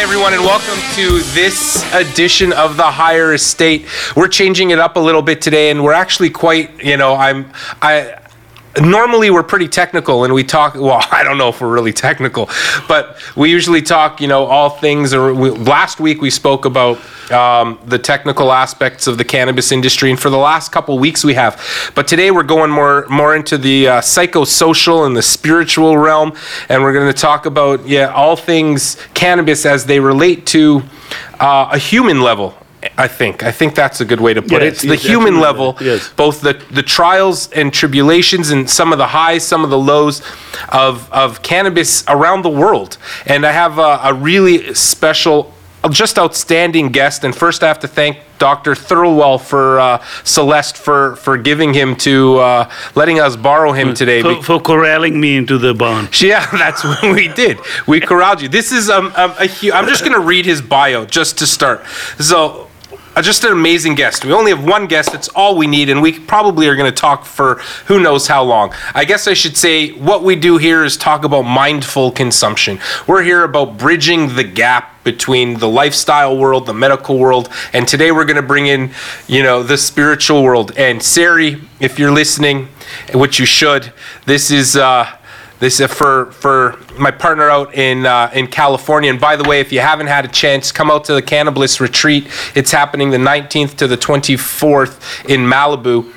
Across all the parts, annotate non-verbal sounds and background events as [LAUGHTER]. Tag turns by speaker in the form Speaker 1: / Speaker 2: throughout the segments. Speaker 1: everyone, and welcome to this edition of the Higher Estate. We're changing it up a little bit today, and we're actually quite, you know, I'm, I. Normally, we're pretty technical and we talk. Well, [LAUGHS] I don't know if we're really technical, but we usually talk, you know, all things. Or we, last week we spoke about um, the technical aspects of the cannabis industry, and for the last couple weeks we have. But today we're going more more into the uh, psychosocial and the spiritual realm, and we're going to talk about yeah all things cannabis as they relate to uh, a human level. I think I think that's a good way to put
Speaker 2: Yes,
Speaker 1: it. It's the
Speaker 2: yes,
Speaker 1: human
Speaker 2: absolutely.
Speaker 1: level,
Speaker 2: Yes.
Speaker 1: both the, the trials and tribulations and some of the highs, some of the lows of, of cannabis around the world. And I have a, a really special, just outstanding guest. And first, I have to thank Dr. Thirlwell for uh, Celeste for, for giving him to uh, letting us borrow him today.
Speaker 2: for, for corralling me into the barn.
Speaker 1: [LAUGHS] Yeah, that's what we did. We corralled you. This is um, um a hu- I'm just gonna read his bio just to start. So. uh, Just an amazing guest. We only have one guest. That's all we need, and we probably are going to talk for who knows how long. I guess I should say what we do here is talk about mindful consumption. We're here about bridging the gap between the lifestyle world, the medical world, and today we're going to bring in, you know, the spiritual world. And Sari, if you're listening, which you should, this is. Uh, this is for for my partner out in uh, in California. And by the way, if you haven't had a chance, come out to the Cannabis Retreat. It's happening the 19th to the 24th in Malibu,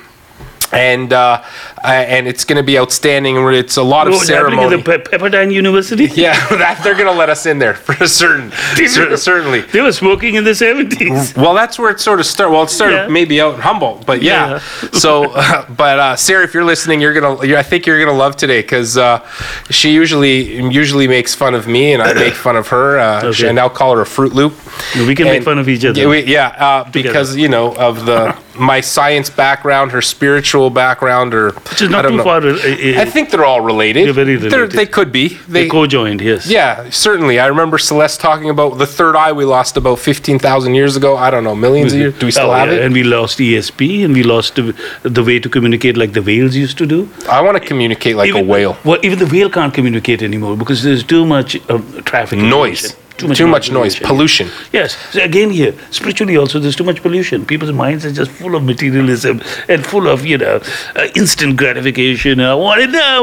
Speaker 1: and uh, uh, and it's going to be outstanding. And It's a lot of
Speaker 2: Oh, happening
Speaker 1: ceremony.
Speaker 2: at the Pe- Pepperdine [LAUGHS] University.
Speaker 1: [LAUGHS] yeah, [LAUGHS] that they're going to let us in there for certain. cer- certainly.
Speaker 2: They were smoking in the seventies.
Speaker 1: Well, that's where it sort of started. Well, it started
Speaker 2: Yeah.
Speaker 1: maybe out in Humboldt, but yeah. [LAUGHS] so, uh, but uh, Sarah, if you're listening, you're gonna, you I think you're gonna love today because uh, she usually usually makes fun of me, and I make fun of her. Uh,
Speaker 2: Okay.
Speaker 1: And I'll call her a Fruit Loop.
Speaker 2: Mm. We can make
Speaker 1: And-
Speaker 2: fun of each other.
Speaker 1: Yeah, we- yeah, uh, because you know of
Speaker 2: [LAUGHS]
Speaker 1: the my science background, her spiritual background, or
Speaker 2: Which is not
Speaker 1: I don't
Speaker 2: too
Speaker 1: know.
Speaker 2: far. uh, uh,
Speaker 1: I think they're all related.
Speaker 2: They're very
Speaker 1: They're-
Speaker 2: related.
Speaker 1: they could be.
Speaker 2: they co-joined. Yes.
Speaker 1: Yeah, certainly. I remember Celeste talking about the third eye we lost about 15,000 years ago. I don't know, millions of years. Do we still
Speaker 2: Oh,
Speaker 1: have
Speaker 2: yeah,
Speaker 1: it?
Speaker 2: And we lost ESP, and we lost the, the way to communicate like the whales used to do.
Speaker 1: I want to communicate like a
Speaker 2: Even-
Speaker 1: whale.
Speaker 2: Well, even the whale can't communicate anymore because there's too much um, traffic. in the
Speaker 1: Noise.
Speaker 2: ocean.
Speaker 1: Too much, noise,
Speaker 2: pollution.
Speaker 1: pollution.
Speaker 2: Yes. So again, here spiritually also, there's too much pollution. People's minds are just full of materialism and full of you know uh, instant gratification. I want it now.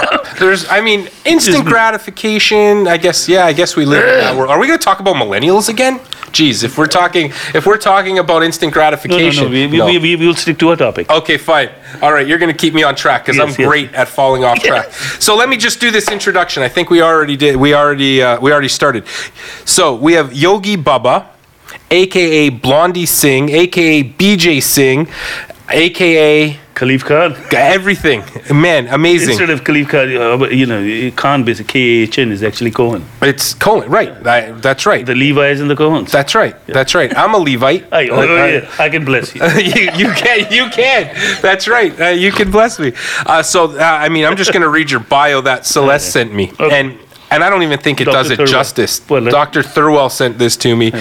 Speaker 2: [LAUGHS]
Speaker 1: There's, I mean, instant
Speaker 2: Just-
Speaker 1: gratification. I guess, yeah, I guess we live in that world. Are we going to talk about millennials again? Jeez, if we're talking, if we're talking about instant
Speaker 2: no, no,
Speaker 1: gratification,
Speaker 2: no. We, we, we, we will stick to our topic.
Speaker 1: Okay, fine. All right, you're going to keep me on track because
Speaker 2: Yes,
Speaker 1: I'm
Speaker 2: yes.
Speaker 1: great at falling off track. So let me just do this introduction. I think we already did. We already uh, we already started. So we have Yogi Baba, aka Blondie Singh, aka BJ Singh, aka
Speaker 2: Khalif Khan.
Speaker 1: everything. Man, amazing.
Speaker 2: Instead of Khalif Khan, uh, but, you know, Khan basically K H N is actually Cohen.
Speaker 1: It's Cohen, right? I, that's right.
Speaker 2: The Levi's and the Cohens.
Speaker 1: That's right. That's right. I'm a Levite.
Speaker 2: I, oh, oh,
Speaker 1: I-
Speaker 2: yeah, I can
Speaker 1: [LAUGHS]
Speaker 2: bless you.
Speaker 1: you, you can you can that's right uh, you can bless me uh, so uh, i mean i'm just going to read your bio that celeste sent me
Speaker 2: Okay.
Speaker 1: and and i don't even think it
Speaker 2: Dr.
Speaker 1: does it
Speaker 2: Thirlwell.
Speaker 1: justice
Speaker 2: Uh, Well, let- Uh-huh.
Speaker 1: dr thurwell sent this to me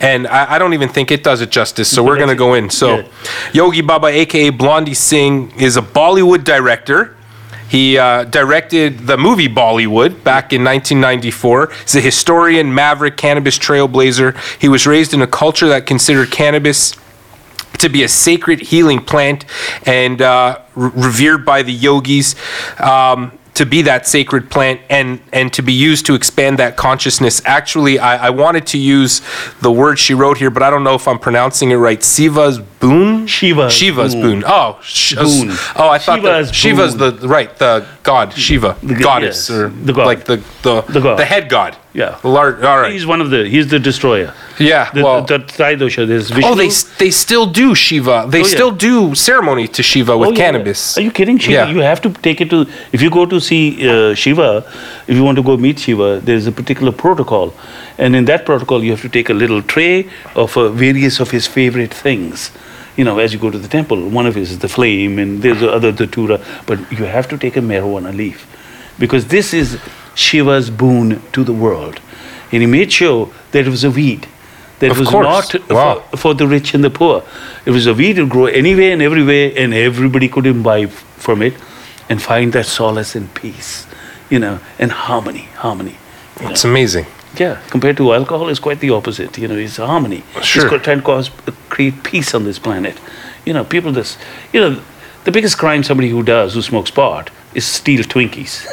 Speaker 1: and I, I don't even think it does it justice so we're going to go in so
Speaker 2: Yeah.
Speaker 1: yogi baba aka blondie singh is a bollywood director he uh, directed the movie Bollywood back in 1994. He's a historian, maverick, cannabis trailblazer. He was raised in a culture that considered cannabis to be a sacred healing plant and uh, re- revered by the yogis um, to be that sacred plant and and to be used to expand that consciousness. Actually, I, I wanted to use the word she wrote here, but I don't know if I'm pronouncing it right. Siva's boon.
Speaker 2: Shiva's
Speaker 1: Shiva's boon.
Speaker 2: boon.
Speaker 1: Oh, sh-
Speaker 2: Boon.
Speaker 1: oh, I thought that
Speaker 2: Shiva's
Speaker 1: Shiva's
Speaker 2: boon.
Speaker 1: the right the god Shiva, the
Speaker 2: The g-
Speaker 1: goddess
Speaker 2: yes,
Speaker 1: or
Speaker 2: the god.
Speaker 1: like the the the,
Speaker 2: The god.
Speaker 1: head god.
Speaker 2: Yeah.
Speaker 1: The lar- all right.
Speaker 2: He's one of the. He's the destroyer.
Speaker 1: yeah.
Speaker 2: The,
Speaker 1: well,
Speaker 2: the, the Tridosha. There's
Speaker 1: Oh, they
Speaker 2: Vishnu.
Speaker 1: they still do Shiva. They
Speaker 2: Oh, yeah.
Speaker 1: still do ceremony to Shiva with
Speaker 2: Oh, yeah, yeah.
Speaker 1: cannabis.
Speaker 2: Are you kidding? Shiva,
Speaker 1: Yeah.
Speaker 2: you have to take it to. If you go to see uh, Shiva, if you want to go meet Shiva, there's a particular protocol, and in that protocol, you have to take a little tray of uh, various of his favorite things. You know, as you go to the temple, one of his is the flame, and there's the other the tura, but you have to take a marijuana leaf, because this is Shiva's boon to the world, and he made sure that it was a weed. That
Speaker 1: Of
Speaker 2: was
Speaker 1: course.
Speaker 2: not
Speaker 1: Wow.
Speaker 2: for, for the rich and the poor. It was a weed that grow anywhere and everywhere, and everybody could imbibe from it and find that solace and peace, you know, and harmony, harmony.
Speaker 1: It's amazing. [LAUGHS]
Speaker 2: Yeah, compared to alcohol, it's quite the opposite. You know, it's harmony.
Speaker 1: Sure.
Speaker 2: It's co- trying to cause, create peace on this planet. You know, people just, you know, the biggest crime somebody who does, who smokes pot, is steal
Speaker 1: [LAUGHS]
Speaker 2: Twinkies.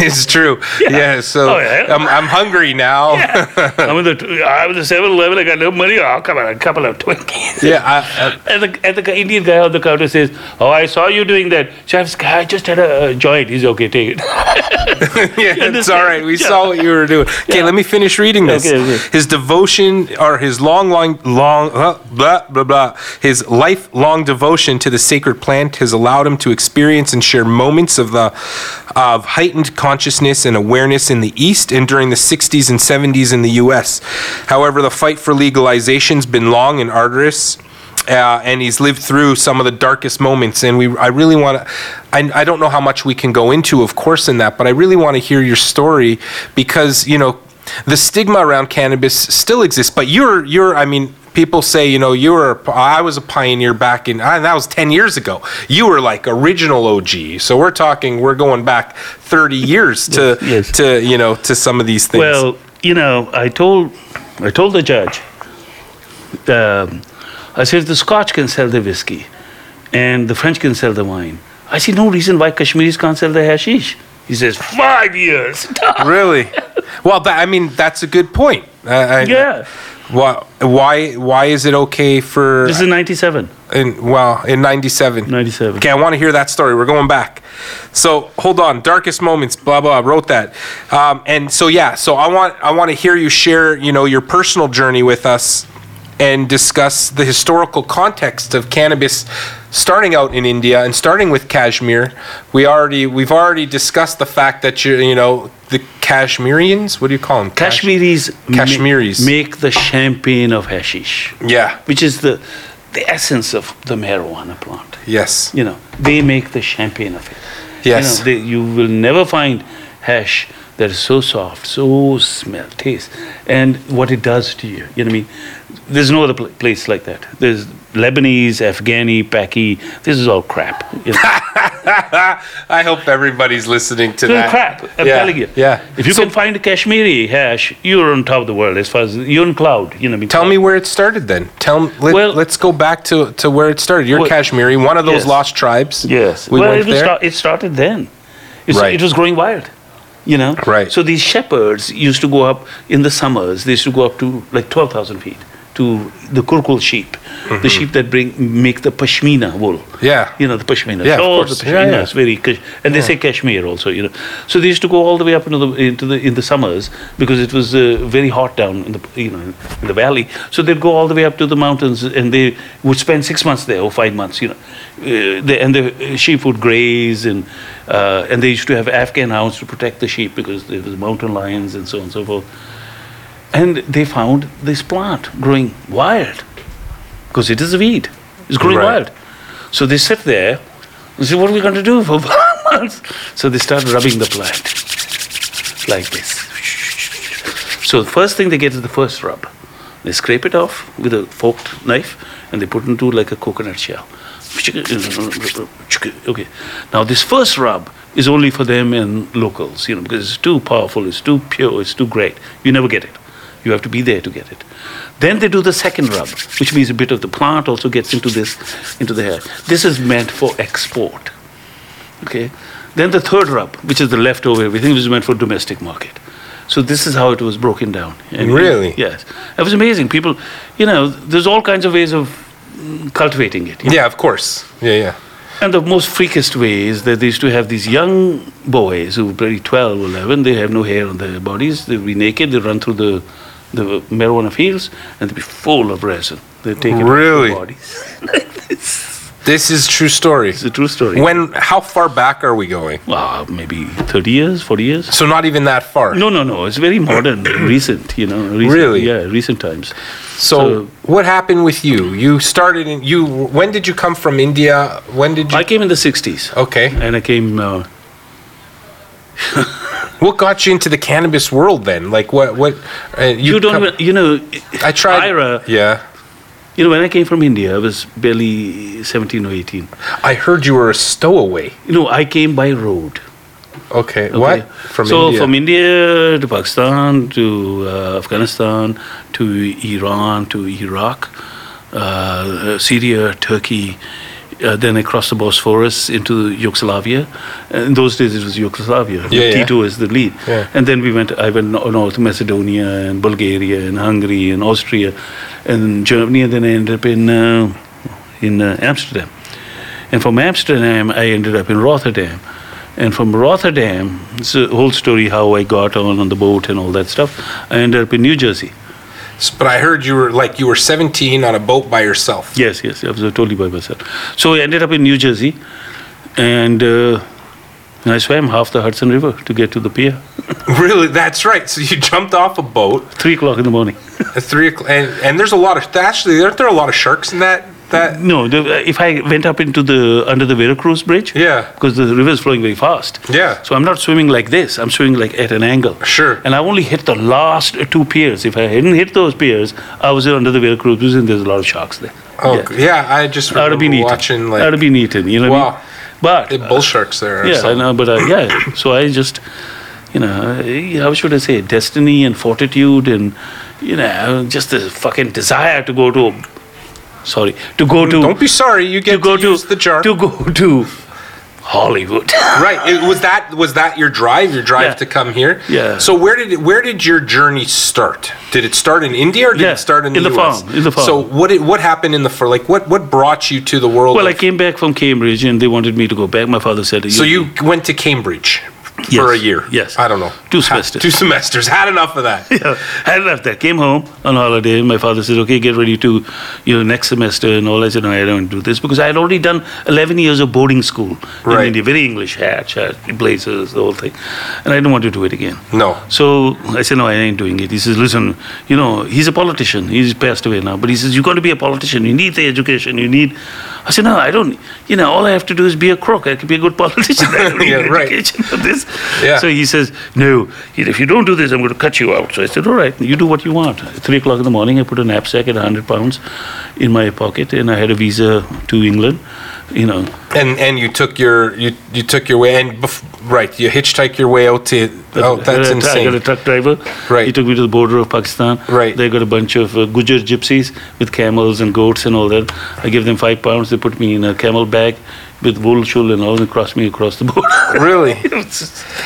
Speaker 1: it's true. Yeah. so
Speaker 2: Oh, yeah.
Speaker 1: I'm, I'm hungry
Speaker 2: [LAUGHS]
Speaker 1: now. Yeah.
Speaker 2: I'm in the, I'm in the 7 Eleven, I got no money, oh, come on, a couple of Twinkies.
Speaker 1: I, I,
Speaker 2: And the, and the guy- Indian guy on the counter says, Oh, I saw you doing that. Chef's guy, I just had a, uh joint. He's okay, take it. [LAUGHS]
Speaker 1: yeah, it's all right. We
Speaker 2: Yeah.
Speaker 1: saw what you were doing. Okay, let me finish reading this.
Speaker 2: Okay, okay.
Speaker 1: His devotion or his long, long, long, uh, blah, blah, blah. His lifelong devotion to the sacred plant has allowed him to experience and share moments of the of heightened consciousness and awareness in the East and during the 60s and 70s in the U.S. However, the fight for legalization's been long and arduous uh, and he's lived through some of the darkest moments. And we, I really want to, I, I don't know how much we can go into, of course, in that, but I really want to hear your story because you know the stigma around cannabis still exists. But you're, you're, I mean. People say, you know, you were, a p- I was a pioneer back in, ah, that was 10 years ago. You were like original OG. So we're talking, we're going back 30 years to,
Speaker 2: Yes, yes.
Speaker 1: to, you know, to some of these things.
Speaker 2: [LAUGHS] Well, you know, I told, I told the judge, um, I said the Scotch can sell the whiskey, and the French can sell the wine. I see no reason why Kashmiris can't sell the hashish. He says five [LAUGHS] years.
Speaker 1: [LAUGHS] really? Well, that, I mean, that's a good point. I, I-
Speaker 2: yeah,
Speaker 1: Why, why why is it okay for
Speaker 2: this is '97.
Speaker 1: in well in 97
Speaker 2: 97.
Speaker 1: okay i want to hear that story we're going back so hold on darkest moments blah blah I wrote that um, and so yeah so i want i want to hear you share you know your personal journey with us and discuss the historical context of cannabis starting out in india and starting with kashmir we already we've already discussed the fact that you you know the kashmirians what do you call them
Speaker 2: Kashmiris, ma-
Speaker 1: Kashmiris.
Speaker 2: make the champagne of hashish,
Speaker 1: yeah
Speaker 2: which is the the essence of the marijuana plant.
Speaker 1: yes
Speaker 2: You know, they make the champagne of it.
Speaker 1: Yes.
Speaker 2: You, know, they, you will never find hash that is so soft, so smell, taste, and what it does to you. You know what I mean? There's no other pl- place like that. There's Lebanese, Afghani, Paki. This is all crap. You know?
Speaker 1: [LAUGHS] I hope everybody's listening to
Speaker 2: It's all
Speaker 1: that.
Speaker 2: crap. I'm
Speaker 1: yeah.
Speaker 2: telling you.
Speaker 1: Yeah.
Speaker 2: If you can find a Kashmiri hash, you're on top of the world as far as you're in cloud. You know what I mean?
Speaker 1: Tell me where it started then. Tell let,
Speaker 2: Well-
Speaker 1: let's go back to, to where it started. You're
Speaker 2: Well-
Speaker 1: Kashmiri, one of those
Speaker 2: Yes.
Speaker 1: lost tribes.
Speaker 2: Yes.
Speaker 1: We
Speaker 2: well,
Speaker 1: went
Speaker 2: it, was
Speaker 1: there.
Speaker 2: sta- it started then. It's,
Speaker 1: Right.
Speaker 2: It was growing wild, you know?
Speaker 1: Right.
Speaker 2: So these shepherds used to go up in the summers, they used to go up to like 12,000 feet to the Kurkul sheep, the sheep that bring make the pashmina wool.
Speaker 1: Mm-hmm. Yeah.
Speaker 2: You know, the pashmina.
Speaker 1: Yeah, of
Speaker 2: shawls,
Speaker 1: course.
Speaker 2: The
Speaker 1: Yeah,
Speaker 2: pashmina
Speaker 1: yeah.
Speaker 2: is very, Kash- and they say Kashmir also, you know. So they used to go all the way up into the, into the, in the summers because it was uh, very hot down in the, you know, in the valley. So they'd go all the way up to the mountains and they would spend six months there or five months, you know. Uh, they, and the sheep would graze and, uh, and they used to have Afghan hounds to protect the sheep because there was mountain lions and so on and so forth. And they found this plant growing wild because it is a weed. It's growing
Speaker 1: Right.
Speaker 2: wild. So they sit there and say, What are we going to do for [LAUGHS] months? So they start rubbing the plant like this. So the first thing they get is the first rub. They scrape it off with a forked knife and they put it into like a coconut shell. Okay. Now this first rub is only for them and locals, you know, because it's too powerful, it's too pure, it's too great. You never get it. You have to be there to get it. Then they do the second rub, which means a bit of the plant also gets into this, into the hair. This is meant for export. Okay. Then the third rub, which is the leftover everything, was meant for domestic market. So this is how it was broken down. And-
Speaker 1: Really?
Speaker 2: yes. It was amazing. People, you know, there's all kinds of ways of mm, cultivating it. you know.
Speaker 1: Yeah, of course. Yeah, yeah.
Speaker 2: And the most freakiest way is that they used to have these young boys who were probably 12 or 11, they have no hair on their bodies, they'd be naked, they run through the, the marijuana fields, and they'd be full of resin. They'd take it off
Speaker 1: Really?
Speaker 2: their bodies.
Speaker 1: This is true story.
Speaker 2: It's a true story.
Speaker 1: When how far back are we going?
Speaker 2: Ah, maybe 30 years, 40 years.
Speaker 1: So not even that far.
Speaker 2: No, no, no. It's very
Speaker 1: [CLEARS THROAT]
Speaker 2: modern, recent, you know. Recent,
Speaker 1: Really?
Speaker 2: Yeah, recent times.
Speaker 1: so
Speaker 2: so-
Speaker 1: what happened with you? You started in you when did you come from India? When did you
Speaker 2: I came in the 60s.
Speaker 1: Okay.
Speaker 2: And I came, uh,
Speaker 1: What got you into the cannabis world then? Like what what uh,
Speaker 2: you don't,
Speaker 1: come-
Speaker 2: even- you know,
Speaker 1: I tried
Speaker 2: Ira,
Speaker 1: Yeah.
Speaker 2: you know, when I came from India, I was barely 17 or 18.
Speaker 1: I heard you were a stowaway.
Speaker 2: You know, I came by road.
Speaker 1: Okay.
Speaker 2: Okay.
Speaker 1: What? From
Speaker 2: so
Speaker 1: India.
Speaker 2: from India to Pakistan to uh, Afghanistan to Iran to Iraq, uh, Syria, Turkey, uh, then across the Bosphorus into Yugoslavia. In those days, it was Yugoslavia.
Speaker 1: Yeah, yeah.
Speaker 2: Tito is the lead,
Speaker 1: Yeah.
Speaker 2: and then we went. I went no- North Macedonia and Bulgaria and Hungary and Austria, and Germany, and then I ended up in uh, in uh, Amsterdam. And from Amsterdam, I ended up in Rotterdam. And from Rotterdam, it's a whole story how I got on on the boat and all that stuff. I ended up in New Jersey.
Speaker 1: S- But I heard you were like you were 17 on a boat by yourself.
Speaker 2: Yes, yes, I was totally by myself. So I ended up in New Jersey, and uh, I swam half the Hudson River to get to the pier.
Speaker 1: [LAUGHS] Really? That's right. So you jumped off a boat
Speaker 2: Three o'clock in the morning.
Speaker 1: at three o'clock, and, and there's a lot of actually aren't there a lot of sharks in that that
Speaker 2: No, the, if I went up into the under the Veracruz Bridge,
Speaker 1: Yeah.
Speaker 2: because the river is flowing very fast.
Speaker 1: Yeah.
Speaker 2: So I'm not swimming like this. I'm swimming like at an angle.
Speaker 1: Sure.
Speaker 2: And I only hit the last two piers. If I hadn't hit those piers, I was under the Veracruz Bridge, and there's a lot of sharks there.
Speaker 1: oh yeah, I just
Speaker 2: I'd have
Speaker 1: remember
Speaker 2: been eaten.
Speaker 1: watching
Speaker 2: I'd
Speaker 1: like
Speaker 2: have been eaten. You know
Speaker 1: Wow.
Speaker 2: what I
Speaker 1: the
Speaker 2: mean? But
Speaker 1: bull sharks there. Or
Speaker 2: yeah, I
Speaker 1: something.
Speaker 2: know, but uh, yeah. So I just, you know, I- how should I say, destiny and fortitude and, you know, just the fucking desire to go to, sorry, to go to,
Speaker 1: Don't be sorry. You get
Speaker 2: to
Speaker 1: to,
Speaker 2: go to,
Speaker 1: use the jar.
Speaker 2: to go [LAUGHS] to Hollywood.
Speaker 1: right. It, was that was that your drive? Your drive
Speaker 2: Yeah.
Speaker 1: to come here?
Speaker 2: Yeah.
Speaker 1: So where did it, where did your journey start? Did it start in India or did
Speaker 2: Yeah,
Speaker 1: it start in,
Speaker 2: in
Speaker 1: the,
Speaker 2: the
Speaker 1: US?
Speaker 2: farm, in the farm.
Speaker 1: So what did, what happened in the fir- like what what brought you to the world?
Speaker 2: well, I
Speaker 1: of-
Speaker 2: came back from Cambridge and they wanted me to go back. My father said,
Speaker 1: so you went to Cambridge for a
Speaker 2: Yes,
Speaker 1: year.
Speaker 2: yes.
Speaker 1: I don't know.
Speaker 2: Two
Speaker 1: Ha-
Speaker 2: semesters.
Speaker 1: two semesters. [LAUGHS] Had enough of
Speaker 2: [LAUGHS]
Speaker 1: that.
Speaker 2: Yeah, I left that. Came home on holiday. My father said, "Okay, get ready to, you know, next semester and all." I said, "No, I don't do this because I had already done 11 years of boarding school
Speaker 1: Right.
Speaker 2: in India, very English hat, shirt, blazers, the whole thing, and I didn't want to do it again."
Speaker 1: No.
Speaker 2: So I said, "No, I ain't doing it." He says, "Listen, you know, he's a politician. He's passed away now, but he says you got to be a politician. You need the education. You need." I said, "No, I don't. You know, all I have to do is be a crook. I can be a good [LAUGHS] politician. I don't need
Speaker 1: [LAUGHS] Yeah, right.
Speaker 2: education for [LAUGHS] this."
Speaker 1: Yeah.
Speaker 2: So he says, No, if you don't do this, I'm going to cut you out. So I said, All right, you do what you want. At three o'clock in the morning, I put a knapsack at 100 pounds in my pocket, and I had a visa to England. You know,
Speaker 1: And and you took your you you took your way and bef- right you hitchhike your way out to oh
Speaker 2: I got
Speaker 1: that's
Speaker 2: a tra- I got a
Speaker 1: insane
Speaker 2: truck driver.
Speaker 1: Right.
Speaker 2: He took me to the border of Pakistan.
Speaker 1: Right.
Speaker 2: They got a bunch of uh, Gujar gypsies with camels and goats and all that. I gave them five pounds. They put me in a camel bag with wool shawl and all, and crossed me across the border. [LAUGHS]
Speaker 1: really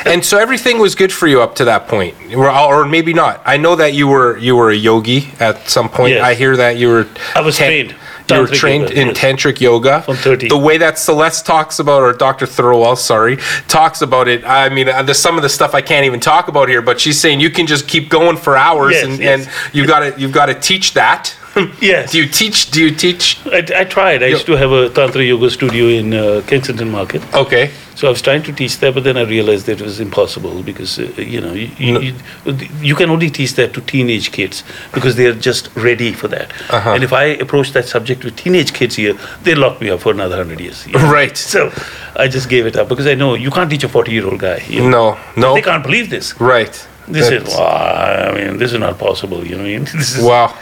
Speaker 1: and so everything was good for you up to that point or, or maybe not I know that you were you were a yogi at some point
Speaker 2: Yes.
Speaker 1: I hear that you were
Speaker 2: I was
Speaker 1: tan-
Speaker 2: trained.
Speaker 1: you were
Speaker 2: Tantric
Speaker 1: trained
Speaker 2: yoga,
Speaker 1: in
Speaker 2: yes.
Speaker 1: tantric yoga
Speaker 2: From 30.
Speaker 1: the way that Celeste talks about or Dr Thirlwell sorry talks about it I mean uh, there's some of the stuff I can't even talk about here but she's saying you can just keep going for hours
Speaker 2: Yes,
Speaker 1: and
Speaker 2: yes.
Speaker 1: and you got to you've got to teach that
Speaker 2: [LAUGHS] [LAUGHS] Yes.
Speaker 1: do you teach do you teach
Speaker 2: I, I tried. I used to have a Tantra yoga studio in uh, Kensington Market.
Speaker 1: okay.
Speaker 2: So I was trying to teach that, but then I realized that it was impossible because uh, you know you, you, you, you can only teach that to teenage kids because they are just ready for that.
Speaker 1: Uh-huh.
Speaker 2: And if I approach that subject with teenage kids here, they lock me up for another hundred
Speaker 1: [LAUGHS]
Speaker 2: years. you know.
Speaker 1: Right.
Speaker 2: So I just gave it up because I know you can't teach a forty-year-old guy. you know.
Speaker 1: No, no.
Speaker 2: They can't believe this.
Speaker 1: Right.
Speaker 2: This
Speaker 1: That's-
Speaker 2: is wow, I mean, this is not possible. You know, what I mean? [LAUGHS] this is
Speaker 1: wow.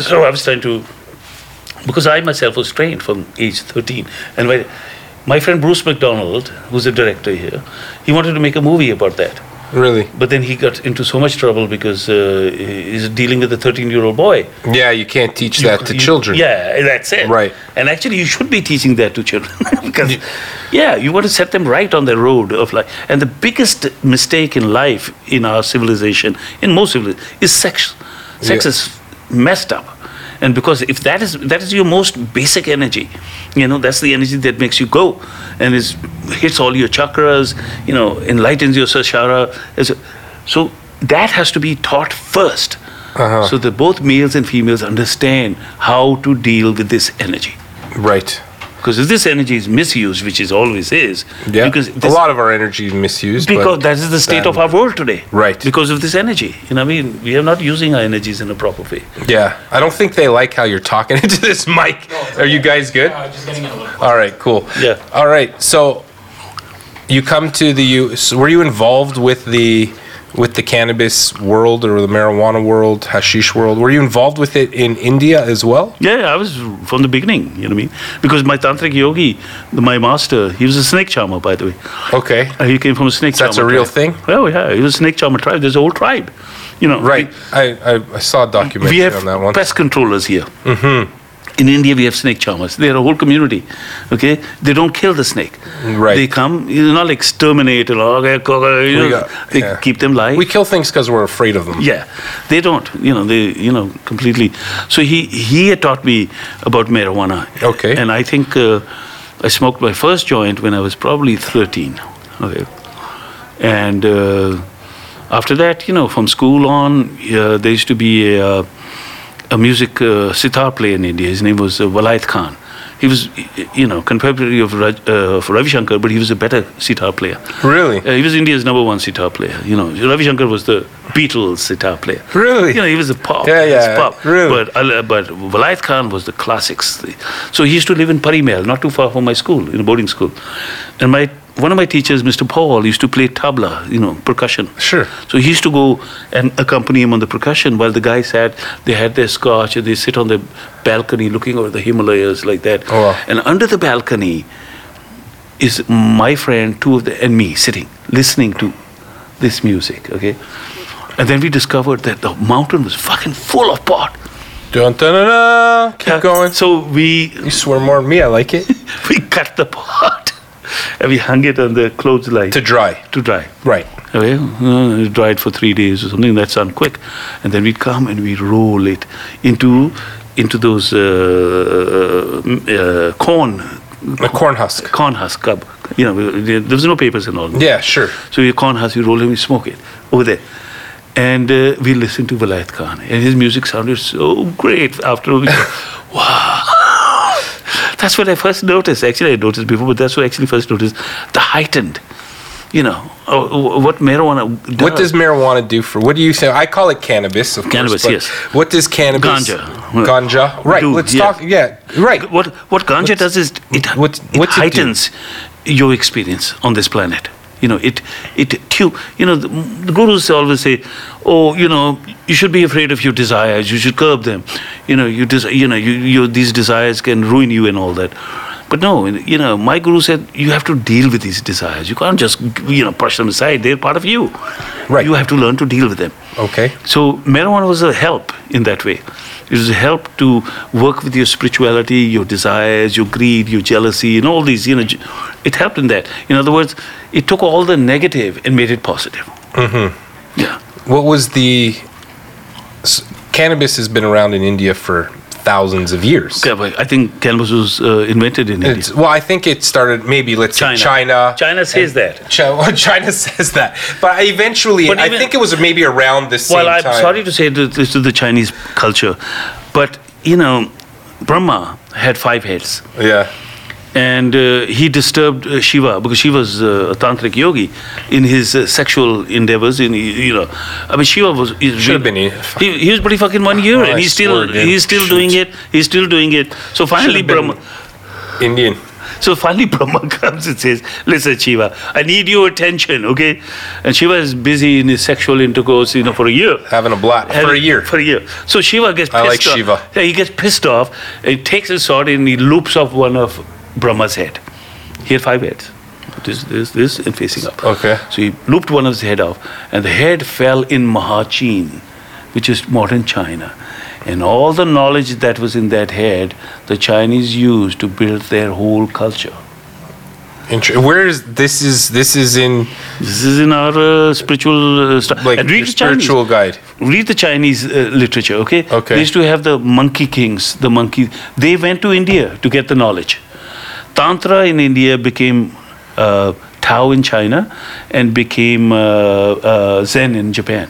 Speaker 2: so I was trying to, because I myself was trained from age 13. And my, my friend Bruce McDonald, who's a director here, he wanted to make a movie about that.
Speaker 1: Really?
Speaker 2: But then he got into so much trouble because uh, he's dealing with a 13 year old boy.
Speaker 1: Yeah, you can't teach that to
Speaker 2: You-
Speaker 1: children.
Speaker 2: Yeah, that's it.
Speaker 1: Right.
Speaker 2: And actually, you should be teaching that to children [LAUGHS] because, yeah, you want to set them right on the road of life. And the biggest mistake in life in our civilization, in most civilization, is sex. Sex
Speaker 1: Yeah.
Speaker 2: is messed up. And because if that is that is your most basic energy, you know that's the energy that makes you go, and is hits all your chakras, you know, enlightens your sashara. It's- So that has to be taught first.
Speaker 1: Uh-huh.
Speaker 2: So that both males and females understand how to deal with this energy.
Speaker 1: Right.
Speaker 2: Because if this energy is misused, which is always is,
Speaker 1: Yeah.
Speaker 2: because
Speaker 1: a
Speaker 2: this-
Speaker 1: lot of our energy is misused. but-
Speaker 2: because that is the state of our world today.
Speaker 1: Right.
Speaker 2: Because of this energy. You know, what I mean, we are not using our energies in a proper way.
Speaker 1: yeah, I don't think they like how you're talking [LAUGHS] into this mic. Are you guys good?
Speaker 3: just getting it a little.
Speaker 1: All right, cool.
Speaker 2: Yeah.
Speaker 1: All right, so you come to the U. So were you involved with the with the cannabis world or the marijuana world, hashish world? Were you involved with it in India as well?
Speaker 2: Yeah, yeah, I was from the beginning, you know what I mean? Because my tantric yogi, my master, he was a snake charmer, by the way.
Speaker 1: Okay.
Speaker 2: Uh, He came from a snake
Speaker 1: That's
Speaker 2: charmer
Speaker 1: a real thing?
Speaker 2: tribe. Oh, yeah. He was a snake charmer tribe. There's a whole tribe, you know.
Speaker 1: Right. I, I, I saw a
Speaker 2: We,
Speaker 1: documentary
Speaker 2: we have
Speaker 1: on that one.
Speaker 2: pest controllers here. Mm-hmm. In India, we have snake charmers. They're a whole community, okay? They don't kill the snake.
Speaker 1: Right.
Speaker 2: They come, you know, not exterminate, and all, okay, okay, you
Speaker 1: We
Speaker 2: know,
Speaker 1: got-
Speaker 2: they
Speaker 1: yeah.
Speaker 2: keep them live.
Speaker 1: We kill things because we're afraid of them.
Speaker 2: Yeah, they don't. You know, they you know completely. So he he had taught me about marijuana.
Speaker 1: Okay.
Speaker 2: And I think uh, I smoked my first joint when I was probably thirteen. Okay. And uh, after that, you know, from school on, uh, there used to be a, uh, a music uh, sitar player in India. His name was uh, Walaith Khan. He was, y- y- you know, contemporary of, Raj, uh, of Ravi Shankar, but he was a better sitar player.
Speaker 1: Really?
Speaker 2: Uh, he was India's number one sitar player. You know, Ravi Shankar was the Beatles sitar player.
Speaker 1: Really?
Speaker 2: You know, he was a pop.
Speaker 1: Yeah,
Speaker 2: he was
Speaker 1: yeah,
Speaker 2: Pop.
Speaker 1: really.
Speaker 2: But Al- but Walaith Khan was the classics. So he used to live in Parimel, not too far from my school, in a boarding school. And my one of my teachers, Mr. Paul, used to play tabla, you know, percussion.
Speaker 1: Sure.
Speaker 2: So he used to go and accompany him on the percussion while the guy sat, they had their scotch, and they sit on the balcony looking over the Himalayas like that.
Speaker 1: Oh, wow.
Speaker 2: And under the balcony is my friend, two of the, and me sitting, listening to this music, okay? And then we discovered that the mountain was fucking full of pot.
Speaker 1: Dun, dun, dun, dun. Keep
Speaker 2: Yeah,
Speaker 1: going.
Speaker 2: So we [LAUGHS]
Speaker 1: You swear more than me. I like it.
Speaker 2: we cut the pot [LAUGHS] and we hung it on the clothesline
Speaker 1: to
Speaker 2: to,
Speaker 1: dry.
Speaker 2: to dry.
Speaker 1: Right.
Speaker 2: Okay, uh, it dried for three days or something. That's done quick, and then we'd come and we roll it into into those uh, m- uh, corn
Speaker 1: A corn husk.
Speaker 2: corn husk cup. You know, we- there there was no papers and all.
Speaker 1: Yeah, sure.
Speaker 2: So your Khan has, you roll him, we smoke it over there. And uh, we listened to Vilayat Khan, and his music sounded so great. After all, we [LAUGHS] thought, wow. That's what I first noticed. Actually, I noticed before, but that's what I actually first noticed the heightened, you know, uh, uh, what marijuana does.
Speaker 1: What does marijuana do for? What do you say? I call it cannabis, of course.
Speaker 2: Cannabis,
Speaker 1: but
Speaker 2: yes.
Speaker 1: What does cannabis?
Speaker 2: Ganja.
Speaker 1: Ganja. Right.
Speaker 2: Do,
Speaker 1: let's
Speaker 2: yeah.
Speaker 1: talk. Yeah. Right.
Speaker 2: what what ganja does is it,
Speaker 1: what-
Speaker 2: it
Speaker 1: what's it do?
Speaker 2: heightens your experience on this planet. You know, it it tu- you know the, the gurus always say, oh, you know, you should be afraid of your desires. You should curb them. You know, you des- you know you, you these desires can ruin you and all that. But no, you know, my guru said you have to deal with these desires. You can't just you know brush them aside. They're part of you.
Speaker 1: Right.
Speaker 2: You have to learn to deal with them.
Speaker 1: Okay.
Speaker 2: So marijuana was a help in that way. It was a help to work with your spirituality, your desires, your greed, your jealousy, and all these. You know, j- it helped in that. In other words, it took all the negative and made it positive. Mm-hmm. Yeah.
Speaker 1: What was the? s- Cannabis has been around in India for thousands of years.
Speaker 2: Yeah, but I think cannabis was uh, invented in India.
Speaker 1: It's, well, I think it started maybe let's
Speaker 2: China.
Speaker 1: say China.
Speaker 2: China says
Speaker 1: [LAUGHS]
Speaker 2: that.
Speaker 1: China, China says that, but eventually,
Speaker 2: But
Speaker 1: I
Speaker 2: even-
Speaker 1: think it was maybe around the same
Speaker 2: Well, I'm
Speaker 1: time.
Speaker 2: sorry to say that this is the Chinese culture, but you know, Brahma had five heads.
Speaker 1: Yeah.
Speaker 2: and uh, he disturbed uh, Shiva because Shiva's uh, a tantric yogi in his uh, sexual endeavors. In you know, I mean, Shiva was he,
Speaker 1: Should've been
Speaker 2: he,
Speaker 1: here.
Speaker 2: he was pretty fucking one year,
Speaker 1: Oh,
Speaker 2: and
Speaker 1: I
Speaker 2: he's
Speaker 1: swore
Speaker 2: still
Speaker 1: again.
Speaker 2: he's still doing it. He's still doing it. So finally,
Speaker 1: Should've been
Speaker 2: Brahma.
Speaker 1: Indian.
Speaker 2: So finally, [LAUGHS] Brahma comes and says, "Listen, Shiva, I need your attention, okay?" And Shiva is busy in his sexual intercourse, you know, for a year.
Speaker 1: Having a blot for a
Speaker 2: And-
Speaker 1: year.
Speaker 2: For a year. So Shiva gets
Speaker 1: I
Speaker 2: pissed
Speaker 1: like
Speaker 2: off.
Speaker 1: Shiva.
Speaker 2: Yeah, he gets pissed off and he takes his sword and he loops off one of Brahma's head. He had five heads. This, this, this, and facing up.
Speaker 1: Okay.
Speaker 2: So he looped one of his head off, and the head fell in Mahachin, which is modern China. And all the knowledge that was in that head, the Chinese used to build their whole culture.
Speaker 1: Inter- where is this? Is this is in
Speaker 2: This is in our uh, spiritual uh, stuff.
Speaker 1: like your spiritual guide?
Speaker 2: read the Chinese uh, literature, okay?
Speaker 1: Okay.
Speaker 2: They used to have the monkey kings, the monkey. They went to India to get the knowledge. Tantra in India became uh, Tao in China and became uh, uh, Zen in Japan.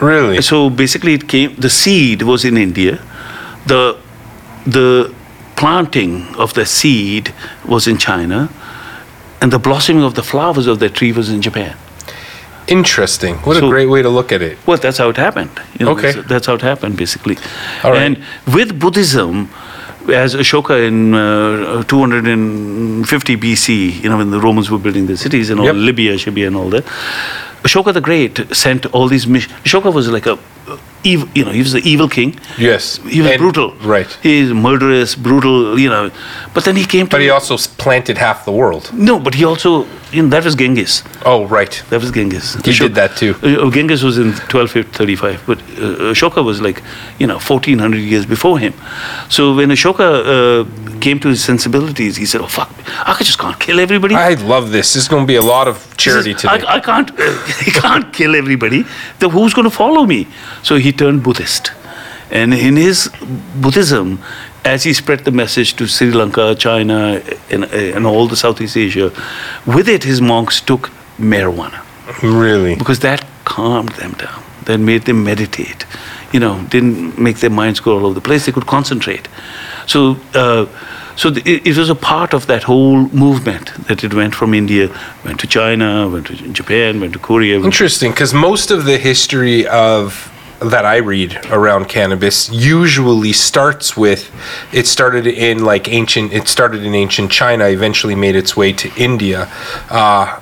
Speaker 1: Really?
Speaker 2: So basically, it came. The seed was in India. The the planting of the seed was in China, and the blossoming of the flowers of the tree was in Japan.
Speaker 1: Interesting. What a
Speaker 2: So-
Speaker 1: great way to look at it.
Speaker 2: Well, that's how it happened. You know,
Speaker 1: Okay.
Speaker 2: That's, that's how it happened, basically.
Speaker 1: All right.
Speaker 2: And with Buddhism, as Ashoka in uh, 250 BC, you know, when the Romans were building the cities and all
Speaker 1: Yep.
Speaker 2: Libya, Shibya, and all that, Ashoka the Great sent all these. Mis- Ashoka was like a, evil, you know, he was the evil king.
Speaker 1: Yes.
Speaker 2: He was
Speaker 1: And-
Speaker 2: brutal.
Speaker 1: right.
Speaker 2: He's murderous, brutal. You know, but then he came to.
Speaker 1: But he also s- planted half the world.
Speaker 2: no, but he also, you know, that was Genghis.
Speaker 1: Oh, right.
Speaker 2: That was Genghis.
Speaker 1: He did that too.
Speaker 2: Uh, uh, Genghis was in 1235, but uh, Ashoka was like, you know, 1400 years before him. So when Ashoka uh, came to his sensibilities, he said, oh, fuck, I just can't kill everybody.
Speaker 1: I love this. This is going to be a lot of charity
Speaker 2: He says,
Speaker 1: today.
Speaker 2: I, I can't, [LAUGHS] I can't kill everybody. Then who's going to follow me? So he turned Buddhist, and in his Buddhism, as he spread the message to Sri Lanka, China, and, and all the Southeast Asia, with it his monks took marijuana
Speaker 1: Really?
Speaker 2: because that calmed them down. That made them meditate. You know, didn't make their minds go all over the place. They could concentrate. So, uh, so th- it, it was a part of that whole movement that it went from India, went to China, went to J- Japan, went to Korea. went-
Speaker 1: Interesting, because most of the history of that I read around cannabis usually starts with it started in like ancient it started in ancient China, eventually made its way to India. Uh,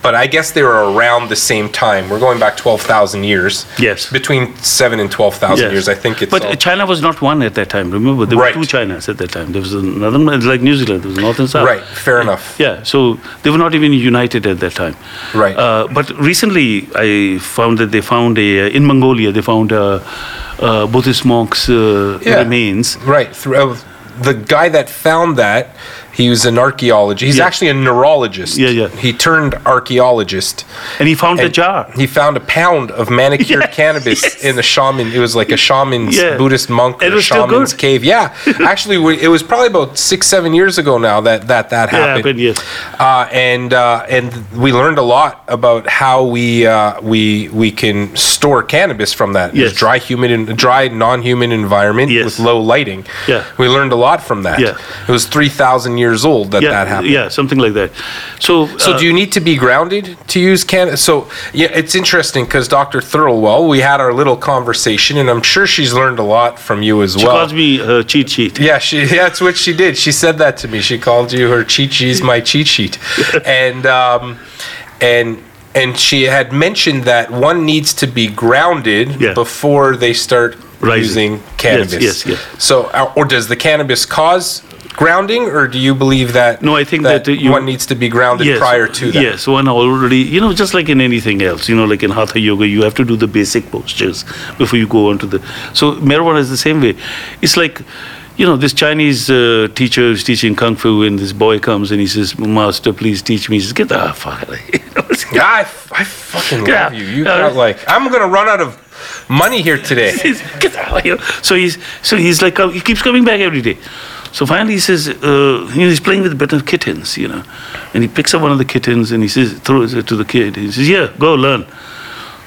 Speaker 1: but I guess they were around the same time. We're going back twelve thousand years.
Speaker 2: Yes.
Speaker 1: between seven and twelve thousand
Speaker 2: Yes.
Speaker 1: years. I think it's.
Speaker 2: but
Speaker 1: all-
Speaker 2: China was not one at that time. Remember, there
Speaker 1: Right.
Speaker 2: were two Chinas at that time. There was another like New Zealand. There was North and South.
Speaker 1: right, fair enough.
Speaker 2: Yeah, so they were not even united at that time.
Speaker 1: Right.
Speaker 2: Uh, but recently, I found that they found a uh, in Mongolia they found a, uh Buddhist monks' uh,
Speaker 1: Yeah.
Speaker 2: remains.
Speaker 1: Right. Through, of the guy that found that, he was an archaeologist. He's
Speaker 2: Yeah.
Speaker 1: actually a neurologist.
Speaker 2: Yeah, yeah.
Speaker 1: He turned archaeologist.
Speaker 2: And he found the
Speaker 1: And
Speaker 2: jar.
Speaker 1: He found a pound of manicured
Speaker 2: [LAUGHS] Yes,
Speaker 1: cannabis
Speaker 2: yes.
Speaker 1: in a shaman. It was like a shaman's
Speaker 2: Yeah.
Speaker 1: Buddhist monk
Speaker 2: It
Speaker 1: or a
Speaker 2: was still
Speaker 1: shaman's
Speaker 2: good.
Speaker 1: cave.
Speaker 2: [LAUGHS]
Speaker 1: Yeah, actually, we- it was probably about six, seven years ago now that that that
Speaker 2: That
Speaker 1: happened.
Speaker 2: happened, yes.
Speaker 1: Uh, and uh, and we learned a lot about how we uh, we we can store cannabis from that. There's
Speaker 2: Yes.
Speaker 1: dry humid and dry non-human environment
Speaker 2: Yes.
Speaker 1: with low lighting.
Speaker 2: Yeah.
Speaker 1: we learned a lot from that.
Speaker 2: Yeah.
Speaker 1: it was three thousand years old that
Speaker 2: yeah,
Speaker 1: that happened.
Speaker 2: yeah, something like that. So, uh,
Speaker 1: So do you need to be grounded to use can? So yeah, it's interesting because Dr. Thirlwell, we had our little conversation, and I'm sure she's learned a lot from you as
Speaker 2: she
Speaker 1: well.
Speaker 2: calls me uh, her cheat sheet.
Speaker 1: yeah, she, [LAUGHS] that's what she did. She said that to me. She called you her cheat she's my cheat
Speaker 2: [LAUGHS]
Speaker 1: sheet, and um, and and she had mentioned that one needs to be grounded
Speaker 2: Yeah.
Speaker 1: before they start
Speaker 2: Rising.
Speaker 1: using cannabis.
Speaker 2: yes, yes.
Speaker 1: So uh, or does the cannabis cause? Grounding, or do you believe that?
Speaker 2: No, I think that, uh, you-
Speaker 1: one needs to be grounded
Speaker 2: Yes,
Speaker 1: prior to that.
Speaker 2: Yes, one already, you know, just like in anything else, you know, like in hatha yoga, you have to do the basic postures before you go on to the. So marijuana is the same way. It's like, you know, this Chinese uh, teacher is teaching kung fu, and this boy comes and he says, "Master, please teach me." He says, "Get the ah, fuck out of here." [LAUGHS] You know, it's-
Speaker 1: Yeah, I, f- I fucking
Speaker 2: Yeah.
Speaker 1: love you. You
Speaker 2: Yeah.
Speaker 1: got like I'm gonna run out of money here today.
Speaker 2: [LAUGHS] He's- "Get the hell out of here." So he's so he's like he keeps coming back every day. So finally he says, uh, you know, he's playing with a bunch of kittens, you know, and he picks up one of the kittens and he says, throws it to the kid. He says, "Yeah, go learn."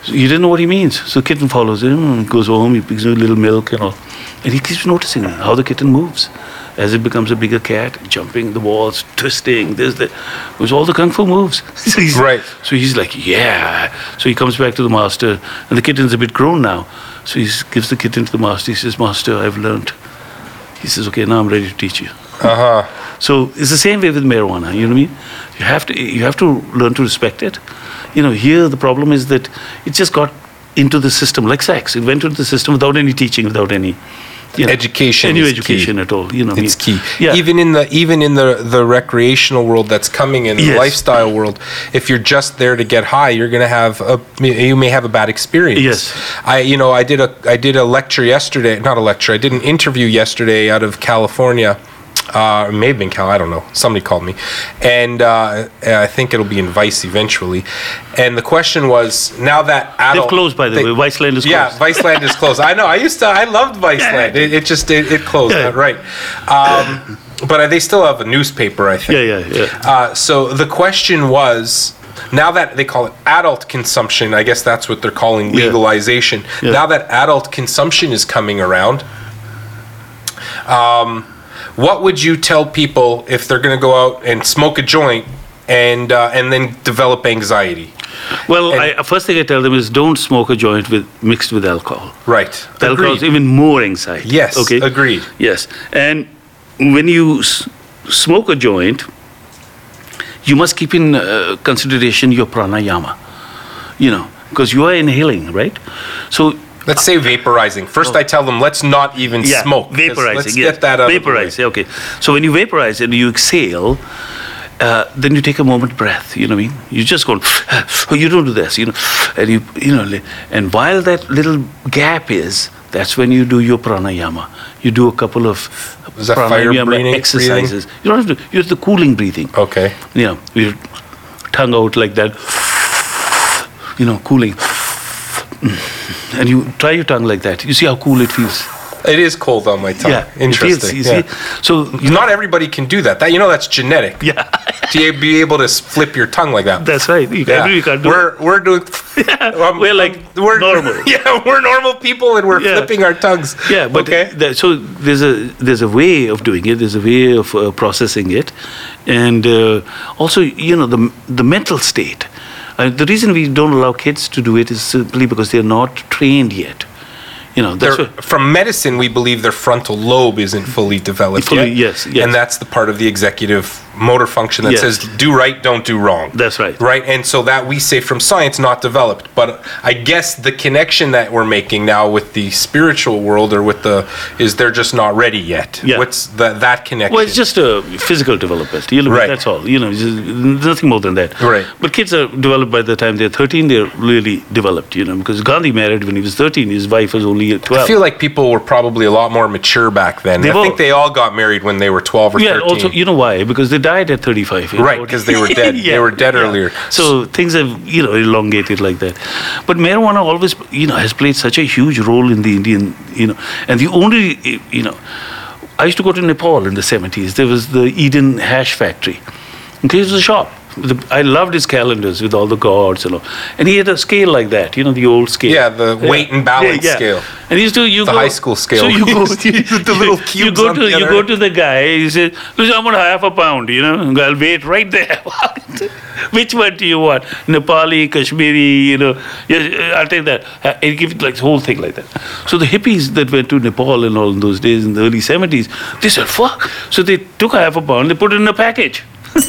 Speaker 2: So you didn't know what he means. So the kitten follows him and goes home. He picks up a little milk and all, and he keeps noticing how the kitten moves. As it becomes a bigger cat, jumping the walls, twisting, this, that. It was all the kung fu moves. [LAUGHS] So he's-
Speaker 1: Right.
Speaker 2: so he's like, yeah. So he comes back to the master, and the kitten's a bit grown now. So he gives the kitten to the master. He says, Master, I've learned. He says, okay, now I'm ready to teach you.
Speaker 1: Uh-huh.
Speaker 2: So it's the same way with marijuana. You know what I mean? You have to you have to learn to respect it. You know, here the problem is that it just got into the system like sex. It went into the system without any teaching, without any you know,
Speaker 1: Education
Speaker 2: any
Speaker 1: is key.
Speaker 2: education at all. You know, what I
Speaker 1: It's
Speaker 2: mean?
Speaker 1: key.
Speaker 2: Yeah.
Speaker 1: Even in the even in the the recreational world that's coming in the
Speaker 2: Yes.
Speaker 1: lifestyle world, if you're just there to get high, you're gonna have a you may have a bad experience.
Speaker 2: Yes.
Speaker 1: I you know I did a I did a lecture yesterday, not a lecture. I did an interview yesterday out of California. Uh, it may have been Cal. I don't know. Somebody called me, and uh, I think it'll be in Vice eventually. And the question was, now that adult,
Speaker 2: They've closed, by the
Speaker 1: they-
Speaker 2: way. Viceland is
Speaker 1: yeah,
Speaker 2: closed.
Speaker 1: Viceland is closed. I know. I used to. I loved Viceland. It, it just it, it closed.
Speaker 2: Yeah.
Speaker 1: uh, Right. Um, but uh, they still have a newspaper. I think.
Speaker 2: yeah, yeah, yeah.
Speaker 1: Uh, so the question was. Now that they call it adult consumption, I guess that's what they're calling
Speaker 2: Yeah.
Speaker 1: legalization.
Speaker 2: Yeah.
Speaker 1: Now that adult consumption is coming around, um, what would you tell people if they're going to go out and smoke a joint and uh, and then develop anxiety?
Speaker 2: Well, I, first thing I tell them is don't smoke a joint with mixed with alcohol.
Speaker 1: Right.
Speaker 2: That'll cause even more anxiety.
Speaker 1: Yes, agreed.
Speaker 2: Yes. And when you s- smoke a joint, you must keep in uh, consideration your pranayama. you know, because you are inhaling, right? So
Speaker 1: Let's say vaporizing. First, I tell them, let's not even smoke. 'cause
Speaker 2: Vaporizing.
Speaker 1: Let's
Speaker 2: yes.
Speaker 1: get that out. of the way.
Speaker 2: Vaporize. yeah, okay. So when you vaporize and you exhale, uh, then you take a moment breath. You know what I mean? You just go. oh, you don't do this. You know, and you you know, li- and while that little gap is, that's when you do your pranayama. You do a couple of
Speaker 1: Is that fire breathing-
Speaker 2: exercises. You don't have to. You have the cooling breathing.
Speaker 1: Okay.
Speaker 2: You know, your tongue out like that. You know, cooling. And you try your tongue like that. You see how cool it feels.
Speaker 1: It is cold on my tongue.
Speaker 2: Yeah, it is,
Speaker 1: Interesting.
Speaker 2: you
Speaker 1: yeah.
Speaker 2: see. So you
Speaker 1: Not everybody can do that. That you know, that's genetic.
Speaker 2: [LAUGHS] Yeah,
Speaker 1: to be able to flip your tongue like that.
Speaker 2: that's right. You
Speaker 1: Yeah.
Speaker 2: can, you can do
Speaker 1: we're we're
Speaker 2: [LAUGHS]
Speaker 1: doing um,
Speaker 2: we're like
Speaker 1: [LAUGHS] we're
Speaker 2: normal.
Speaker 1: Yeah, we're normal people and we're
Speaker 2: Yeah.
Speaker 1: flipping our tongues.
Speaker 2: yeah, but
Speaker 1: okay.
Speaker 2: that- so there's a there's a way of doing it. There's a way of uh, processing it, and uh, also you know the the mental state. Uh, the reason we don't allow kids to do it is simply because they're not trained yet. You know, that's
Speaker 1: They're-
Speaker 2: what-
Speaker 1: from medicine, we believe their frontal lobe isn't fully developed
Speaker 2: Fully-
Speaker 1: yet.
Speaker 2: yes, yes.
Speaker 1: And that's the part of the executive motor function that
Speaker 2: Yes.
Speaker 1: says do right, don't do wrong.
Speaker 2: That's right.
Speaker 1: Right, and so that we say from science, not developed. But I guess the connection that we're making now with the spiritual world or with the is they're just not ready yet.
Speaker 2: Yeah.
Speaker 1: What's the, that connection?
Speaker 2: Well, it's just a physical development. You know,
Speaker 1: Right.
Speaker 2: That's all. You know, it's just nothing more than that.
Speaker 1: Right.
Speaker 2: But kids are developed by the time they're 13. They're really developed. You know, because Gandhi married when he was 13. His wife was only 12.
Speaker 1: I feel like people were probably a lot more mature back then.
Speaker 2: They
Speaker 1: I
Speaker 2: were.
Speaker 1: think they all got married when they were 12 or
Speaker 2: yeah.
Speaker 1: 13.
Speaker 2: Also, you know why? Because they died at 35. you know,
Speaker 1: Right, 'cause
Speaker 2: [LAUGHS]
Speaker 1: they were dead. They were dead earlier.
Speaker 2: So things have you know elongated like that. But marijuana always you know has played such a huge role in the Indian you know, and the only eh, you know, I used to go to Nepal in the 70s. There was the Eden Hash Factory. Okay, it was a shop. The, I loved his calendars with all the gods and all. And he had a scale like that, you know, the old scale.
Speaker 1: Yeah, the weight and balance scale.
Speaker 2: And he's doing you
Speaker 1: The
Speaker 2: go,
Speaker 1: high school scale.
Speaker 2: [LAUGHS] So
Speaker 1: [LAUGHS]
Speaker 2: you go
Speaker 1: The little
Speaker 2: [LAUGHS] You
Speaker 1: cubes
Speaker 2: go
Speaker 1: on
Speaker 2: to
Speaker 1: the
Speaker 2: you
Speaker 1: other
Speaker 2: go
Speaker 1: end.
Speaker 2: to the guy. He says, "Listen, I want half a pound. You know, And I'll wait right there. [LAUGHS] Which one do you want? Nepali, Kashmiri. You know, yes, uh, I'll take that. Uh, And give it like the whole thing like that. So the hippies that went to Nepal and all in those days in the early seventies, they said, "Fuck!" So they took half a pound. They put it in a package.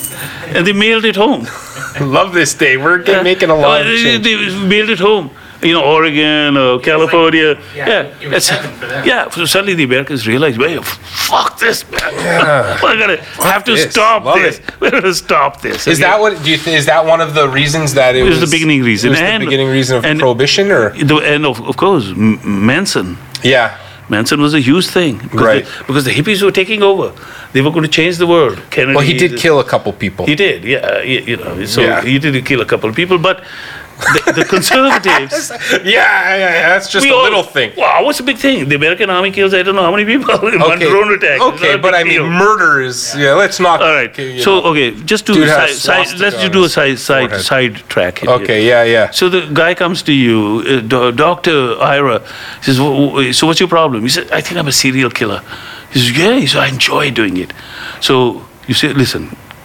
Speaker 2: [LAUGHS] and they mailed it home.
Speaker 1: I love this day. We're g- making a lot of
Speaker 2: Uh, they,
Speaker 1: change.
Speaker 2: they mailed it home. You know, Oregon or California.
Speaker 3: yeah,
Speaker 2: yeah,
Speaker 3: it was
Speaker 2: It's-
Speaker 3: heaven for them.
Speaker 2: yeah. So suddenly the Americans realized, well, fuck this, man. [LAUGHS] We're gonna have to
Speaker 1: this.
Speaker 2: stop
Speaker 1: Love
Speaker 2: this.
Speaker 1: it.
Speaker 2: [LAUGHS] We're gonna stop
Speaker 1: Is
Speaker 2: this. okay?
Speaker 1: that what do you th- is that one of the reasons that it,
Speaker 2: It was the beginning reason,
Speaker 1: It was
Speaker 2: and-
Speaker 1: the beginning reason of
Speaker 2: and-
Speaker 1: prohibition or
Speaker 2: The- and of, of course, M- Manson.
Speaker 1: yeah.
Speaker 2: Manson was a huge thing because
Speaker 1: Right.
Speaker 2: the, because the hippies were taking over. They were going to change the world. Kennedy.
Speaker 1: Well, he did kill a couple people.
Speaker 2: He did, yeah. You, you know, so
Speaker 1: Yeah.
Speaker 2: he did kill a couple of people, but the,
Speaker 1: [LAUGHS]
Speaker 2: the
Speaker 1: [LAUGHS]
Speaker 2: conservatives.
Speaker 1: Yeah, yeah, yeah, that's just
Speaker 2: We
Speaker 1: a
Speaker 2: all-
Speaker 1: little thing.
Speaker 2: Wow, what's the big thing? The American army kills I don't know how many people [LAUGHS] in one drone attack. It's not
Speaker 1: Okay,
Speaker 2: a
Speaker 1: but
Speaker 2: big
Speaker 1: I mean
Speaker 2: deal.
Speaker 1: murder is yeah. Let's not.
Speaker 2: all right.
Speaker 1: okay, you
Speaker 2: so
Speaker 1: know.
Speaker 2: okay, just do
Speaker 1: Dude
Speaker 2: side,
Speaker 1: has
Speaker 2: side,
Speaker 1: swastika
Speaker 2: let's
Speaker 1: on
Speaker 2: do a
Speaker 1: his
Speaker 2: side side
Speaker 1: forehead.
Speaker 2: side track. in here.
Speaker 1: okay, yeah, yeah.
Speaker 2: So the guy comes to you, uh, Do- Dr. Ira, he says, "Wh- wh- So what's your problem? He says, I think I'm a serial killer. He says, Yeah, he says, I enjoy doing it. So you say, Listen,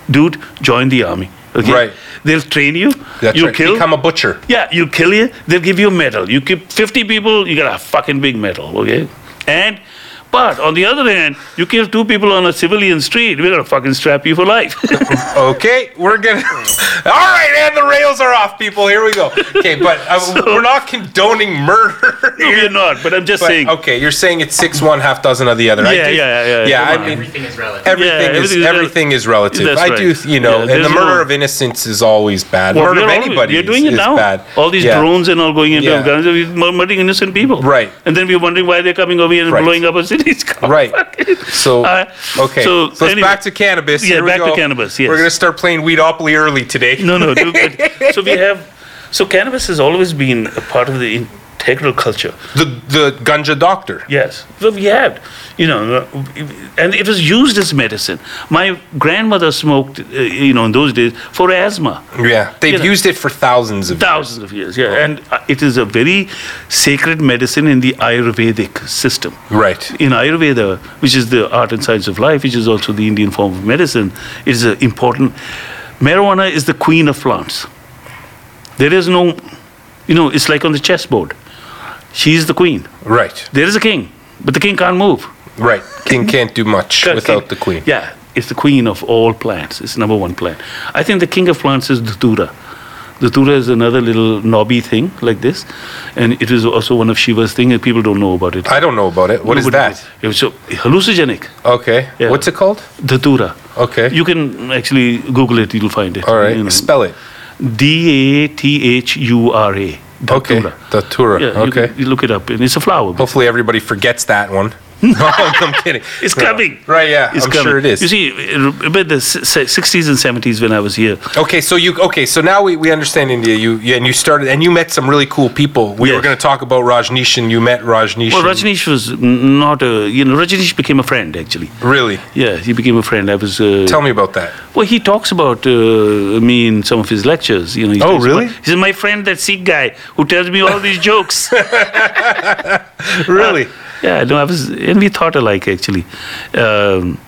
Speaker 2: dude, join the army. Okay?
Speaker 1: Right.
Speaker 2: They'll train you.
Speaker 1: That's
Speaker 2: you
Speaker 1: right.
Speaker 2: kill.
Speaker 1: Become a butcher.
Speaker 2: Yeah, you kill you, they'll give you a medal. You kill 50 people, you get a fucking big medal, okay? And, but on the other hand, you kill two people on a civilian street, we're gonna fucking strap you for life. [LAUGHS]
Speaker 1: Okay, we're gonna. [LAUGHS] All right, and the rails are off, people. Here we go. Okay, but
Speaker 2: [LAUGHS]
Speaker 1: uh, we're not condoning murder.
Speaker 2: no,
Speaker 1: here,
Speaker 2: you're not, but I'm just
Speaker 1: but-
Speaker 2: saying.
Speaker 1: okay, you're saying it's six one, half dozen of the other. I
Speaker 2: Yeah,
Speaker 1: do-
Speaker 2: yeah, yeah, yeah.
Speaker 1: Yeah,
Speaker 2: Come
Speaker 1: I mean,
Speaker 3: Everything is relative.
Speaker 1: everything
Speaker 2: Yeah,
Speaker 1: is
Speaker 2: everything is
Speaker 1: everything,
Speaker 2: rel-
Speaker 1: is relative.
Speaker 2: That's
Speaker 1: I
Speaker 2: right.
Speaker 1: do, you
Speaker 2: Yeah,
Speaker 1: know, and the
Speaker 2: there's
Speaker 1: murder
Speaker 2: no-
Speaker 1: of innocence is always bad.
Speaker 2: Well,
Speaker 1: murder of
Speaker 2: we're always-
Speaker 1: anybody
Speaker 2: You're doing
Speaker 1: is,
Speaker 2: it now.
Speaker 1: is bad.
Speaker 2: All these
Speaker 1: Yeah.
Speaker 2: drones and all going into
Speaker 1: Yeah.
Speaker 2: Afghanistan, we're mur- murdering innocent people.
Speaker 1: Right.
Speaker 2: And then we're wondering why they're coming over here and
Speaker 1: Right.
Speaker 2: blowing up our [LAUGHS] cities. God,
Speaker 1: Right.
Speaker 2: fucking-
Speaker 1: So
Speaker 2: Uh,
Speaker 1: okay, so, it's
Speaker 2: anyway.
Speaker 1: back to cannabis.
Speaker 2: Yeah,
Speaker 1: Here we
Speaker 2: back to
Speaker 1: go.
Speaker 2: cannabis, yes.
Speaker 1: We're gonna start playing Weedopoly early today.
Speaker 2: No, no.
Speaker 1: [LAUGHS]
Speaker 2: do good. so we have. So cannabis has always been a part of the integral culture.
Speaker 1: The the ganja doctor.
Speaker 2: Yes. So we had, you know, uh, and it was used as medicine. My grandmother smoked, uh, you know, in those days for asthma.
Speaker 1: Yeah, they've
Speaker 2: You know.
Speaker 1: used it for thousands of
Speaker 2: Thousands of years, yeah. And uh, it is a very sacred medicine in the Ayurvedic system.
Speaker 1: right.
Speaker 2: In Ayurveda, which is the art and science of life, which is also the Indian form of medicine, it is an important. Marijuana is the queen of plants. There is no, you know, it's like on the chessboard. She is the queen.
Speaker 1: Right,
Speaker 2: There is a king, but the king can't move.
Speaker 1: right. King can't do much
Speaker 2: King-
Speaker 1: without the queen.
Speaker 2: Yeah, it's the queen of all plants. It's number one plant. I think the king of plants is Dhatura. The tura is another little knobby thing like this, and it is also one of Shiva's thing, and people don't know about it.
Speaker 1: I don't know about it. What is
Speaker 2: Nobody
Speaker 1: that?
Speaker 2: knows. So hallucinogenic,
Speaker 1: Okay.
Speaker 2: Yeah.
Speaker 1: What's it called?
Speaker 2: the tura.
Speaker 1: Okay.
Speaker 2: You can actually Google it; you'll find it.
Speaker 1: All right.
Speaker 2: you know.
Speaker 1: Spell it.
Speaker 2: D A T H U R A.
Speaker 1: Okay.
Speaker 2: Datura.
Speaker 1: Datura.
Speaker 2: Yeah, you
Speaker 1: okay.
Speaker 2: can- You, look it up, and it's a flower.
Speaker 1: Hopefully everybody forgets that
Speaker 2: [LAUGHS]
Speaker 1: one. [LAUGHS] no, I'm kidding.
Speaker 2: It's
Speaker 1: Yeah.
Speaker 2: coming.
Speaker 1: Right, yeah.
Speaker 2: It's
Speaker 1: I'm
Speaker 2: coming.
Speaker 1: sure it
Speaker 2: You
Speaker 1: is.
Speaker 2: see, about the s- s- 60s and 70s when I was here.
Speaker 1: Okay, so you okay, so now we, we understand India. You, you and you started and you met some really cool people. We were
Speaker 2: Yes.
Speaker 1: going to talk about Rajneesh and you met Rajneesh.
Speaker 2: Well,
Speaker 1: and-
Speaker 2: Rajneesh was n- not a, you know, Rajneesh became a friend actually.
Speaker 1: Really?
Speaker 2: Yeah, he became a friend. I was. Uh,
Speaker 1: Tell me about that.
Speaker 2: Well, he talks about uh, me in some of his lectures. You know. he
Speaker 1: Oh,
Speaker 2: talks
Speaker 1: really?
Speaker 2: about- he says my friend, that Sikh guy who tells me all these
Speaker 1: [LAUGHS]
Speaker 2: jokes.
Speaker 1: Really?
Speaker 2: yeah, no, I was, and we thought alike actually, um,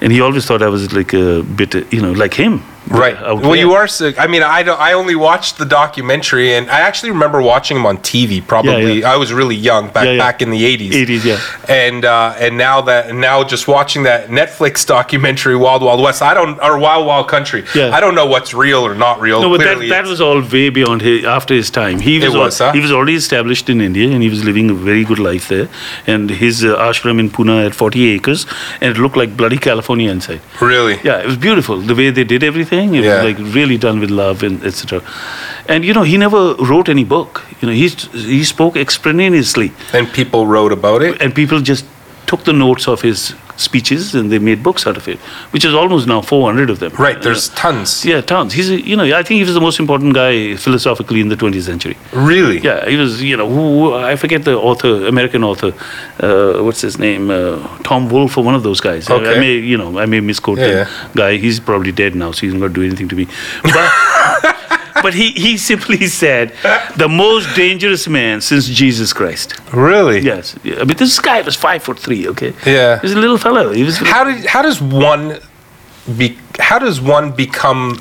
Speaker 2: and he always thought I was like a bit, uh, you know, like him.
Speaker 1: Right.
Speaker 2: Out
Speaker 1: Well,
Speaker 2: there.
Speaker 1: you are sick. I mean, I don't, I only watched the documentary, and I actually remember watching him on TV. Probably,
Speaker 2: yeah.
Speaker 1: I was really young back
Speaker 2: Yeah, yeah.
Speaker 1: back in the eighties.
Speaker 2: 80s, yeah.
Speaker 1: And uh, and now that now just watching that Netflix [LAUGHS] documentary, Wild Wild West. I don't or Wild Wild Country.
Speaker 2: Yeah.
Speaker 1: I don't know what's real or not real.
Speaker 2: No, but that,
Speaker 1: Clearly
Speaker 2: that
Speaker 1: it's-
Speaker 2: was all way beyond his, after his time. He was, al-
Speaker 1: was, huh?
Speaker 2: he was already established in India and he was living a very good life there. And his uh, ashram in Pune had 40 acres and it looked like bloody California inside.
Speaker 1: really.
Speaker 2: Yeah, it was beautiful the way they did everything. It
Speaker 1: Yeah.
Speaker 2: was like really done with love and etc. And you know, he never wrote any book. You know, he he spoke extemporaneously,
Speaker 1: And people wrote about it.
Speaker 2: and people just took the notes of his speeches and they made books out of it, which is almost now 400 of them.
Speaker 1: Right.
Speaker 2: You
Speaker 1: There's
Speaker 2: know.
Speaker 1: tons.
Speaker 2: Yeah, Towns. He's, a, you know, I think he was the most important guy philosophically in the 20th century.
Speaker 1: Really.
Speaker 2: Yeah, he was, you know, who, I forget the author, American author, uh, what's his name, uh, Tom Wolfe, or one of those guys. I- I
Speaker 1: Okay.
Speaker 2: may, you know, I may misquote
Speaker 1: Yeah,
Speaker 2: the
Speaker 1: yeah.
Speaker 2: guy. He's probably dead now, so he's not going to do anything to me. But, [LAUGHS] but he, he simply said, the most dangerous man since Jesus Christ.
Speaker 1: Really.
Speaker 2: Yes. I mean, this guy was five foot three, okay?
Speaker 1: Yeah.
Speaker 2: He was a little fellow. He was
Speaker 1: How did how does one be how does one become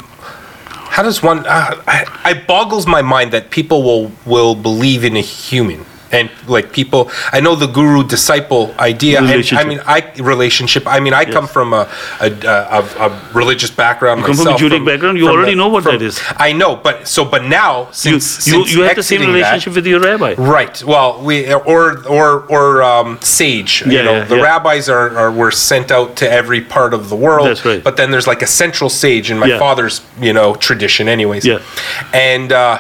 Speaker 1: how does one uh, I, it boggles my mind that people will will believe in a human and like people I know the guru disciple idea and I
Speaker 2: Relationship.
Speaker 1: mean I relationship I mean I come from a a, a, a- a religious background
Speaker 2: come from a
Speaker 1: myself,
Speaker 2: Judaic background, you
Speaker 1: from
Speaker 2: already know what that is.
Speaker 1: I know but so but now
Speaker 2: you,
Speaker 1: since
Speaker 2: you,
Speaker 1: since
Speaker 2: you have the same
Speaker 1: exiting that-
Speaker 2: relationship with your rabbi.
Speaker 1: Right. Well, we or or or um, sage.
Speaker 2: Yeah,
Speaker 1: you know,
Speaker 2: yeah,
Speaker 1: the
Speaker 2: yeah.
Speaker 1: rabbis are, are were sent out to every part of the world.
Speaker 2: That's right.
Speaker 1: But then there's like a central sage in my
Speaker 2: Yeah.
Speaker 1: father's you know tradition, anyways.
Speaker 2: Yeah.
Speaker 1: And uh,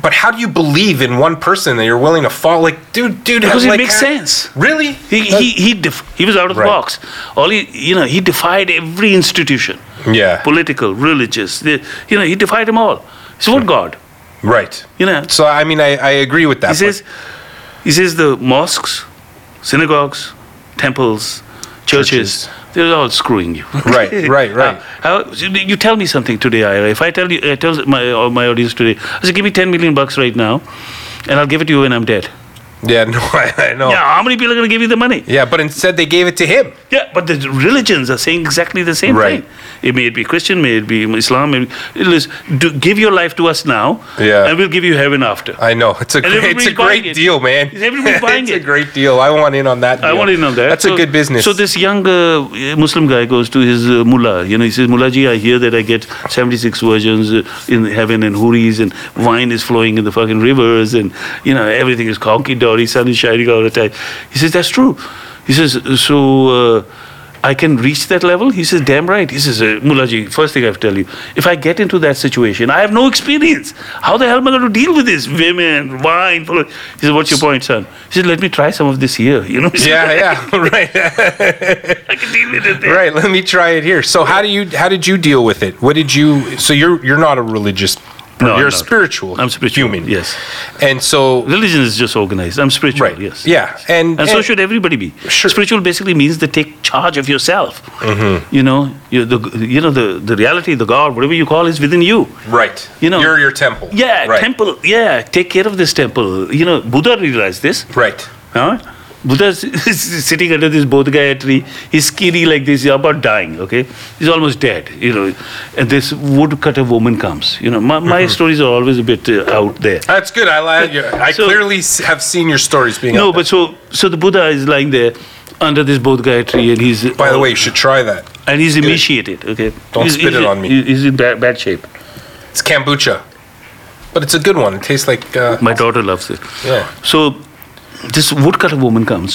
Speaker 1: but how do you believe in one person that you're willing to fall? Like, dude, dude,
Speaker 2: Because it
Speaker 1: like,
Speaker 2: makes
Speaker 1: ha-
Speaker 2: sense.
Speaker 1: Really?
Speaker 2: He he he, def- he was out of the
Speaker 1: Right.
Speaker 2: box. All he you know he defied every institution,
Speaker 1: Uh, yeah.
Speaker 2: political, religious. The, you know he defied them all. So what God?
Speaker 1: Right.
Speaker 2: You know
Speaker 1: So I mean, I, I agree with that.
Speaker 2: he says he says the mosques, synagogues, temples, churches.
Speaker 1: Churches.
Speaker 2: They're all screwing you.
Speaker 1: Right,
Speaker 2: [LAUGHS]
Speaker 1: right, right.
Speaker 2: Uh, how- so you tell me something today, Ira. If I tell you, I tell my uh, my audience today, I say, give me ten million bucks right now, and I'll give it to you when I'm dead.
Speaker 1: but- [LAUGHS] yeah. No, I, I know.
Speaker 2: Yeah, how many people are going to give you the money?
Speaker 1: yeah. But instead, they gave it to him.
Speaker 2: Yeah, but the religions are saying exactly the same
Speaker 1: Right.
Speaker 2: thing. It may it be Christian, may it be Islam. May it, it is, do, give your life to us now,
Speaker 1: Yeah.
Speaker 2: and we'll give you heaven after.
Speaker 1: I know it's a
Speaker 2: And
Speaker 1: great, it's
Speaker 2: everybody's
Speaker 1: a great
Speaker 2: buying it.
Speaker 1: deal, man.
Speaker 2: Is
Speaker 1: [LAUGHS]
Speaker 2: everybody buying
Speaker 1: it's a
Speaker 2: it?
Speaker 1: great deal. I want in on that.
Speaker 2: I
Speaker 1: deal.
Speaker 2: want to know that.
Speaker 1: That's
Speaker 2: So-
Speaker 1: a good business.
Speaker 2: So this young uh, Muslim guy goes to his uh, mullah. You know, he says, "Mullaji, I hear that I get 76 virgins uh, in heaven and huris and wine is flowing in the fucking rivers and you know everything is conky dory, sun is shining all the time." He says, "That's true." He says, "So." Uh, I can reach that level? He says, damn right. He says, uh, Mullaji, first thing I have to tell you, if I get into that situation, I have no experience. How the hell am I going to deal with this? Women, wine. full of-" He says, what's your point, son? He says, let me try some of this here. You know? [LAUGHS]
Speaker 1: yeah, yeah, [LAUGHS] right,
Speaker 2: I can deal with it.
Speaker 1: right. Let me try it here. So how do you? How did you deal with it? What did you? So you're you're not a religious.
Speaker 2: No, I'm
Speaker 1: you're a
Speaker 2: not.
Speaker 1: spiritual.
Speaker 2: I'm spiritual,
Speaker 1: Human.
Speaker 2: yes.
Speaker 1: And so.
Speaker 2: Religion is just organized. I'm spiritual.
Speaker 1: Right.
Speaker 2: Yes.
Speaker 1: Yeah. And,
Speaker 2: And, so should everybody be.
Speaker 1: Sure. Mm-hmm.
Speaker 2: Spiritual basically means they take charge of yourself. You know, you, the, you know the, the reality, the God, whatever you call, is within you.
Speaker 1: Right.
Speaker 2: You know-
Speaker 1: You're your temple.
Speaker 2: Yeah,
Speaker 1: Right.
Speaker 2: temple. Yeah, take care of this temple. You know, Buddha realized this.
Speaker 1: Right.
Speaker 2: Huh? [LAUGHS] Buddha's sitting under this Bodh Gaya tree. He's skinny like this. He's about dying. Okay, he's almost dead. You know, and this woodcutter woman comes. You know, my, my
Speaker 1: Mm-hmm.
Speaker 2: stories are always a bit uh, out there.
Speaker 1: That's good. I like you. I
Speaker 2: So-
Speaker 1: clearly s- have seen your stories being.
Speaker 2: No,
Speaker 1: out
Speaker 2: but so so the Buddha is lying there under this Bodh Gaya tree, and he's
Speaker 1: there. By the way, you should try that.
Speaker 2: and he's emaciated. Okay,
Speaker 1: Don't
Speaker 2: He's-
Speaker 1: spit it
Speaker 2: he's-
Speaker 1: on me.
Speaker 2: He's in bad, bad shape.
Speaker 1: It's kombucha. But it's a good one. It tastes like uh,
Speaker 2: My daughter loves it.
Speaker 1: yeah.
Speaker 2: So this woodcutter woman comes.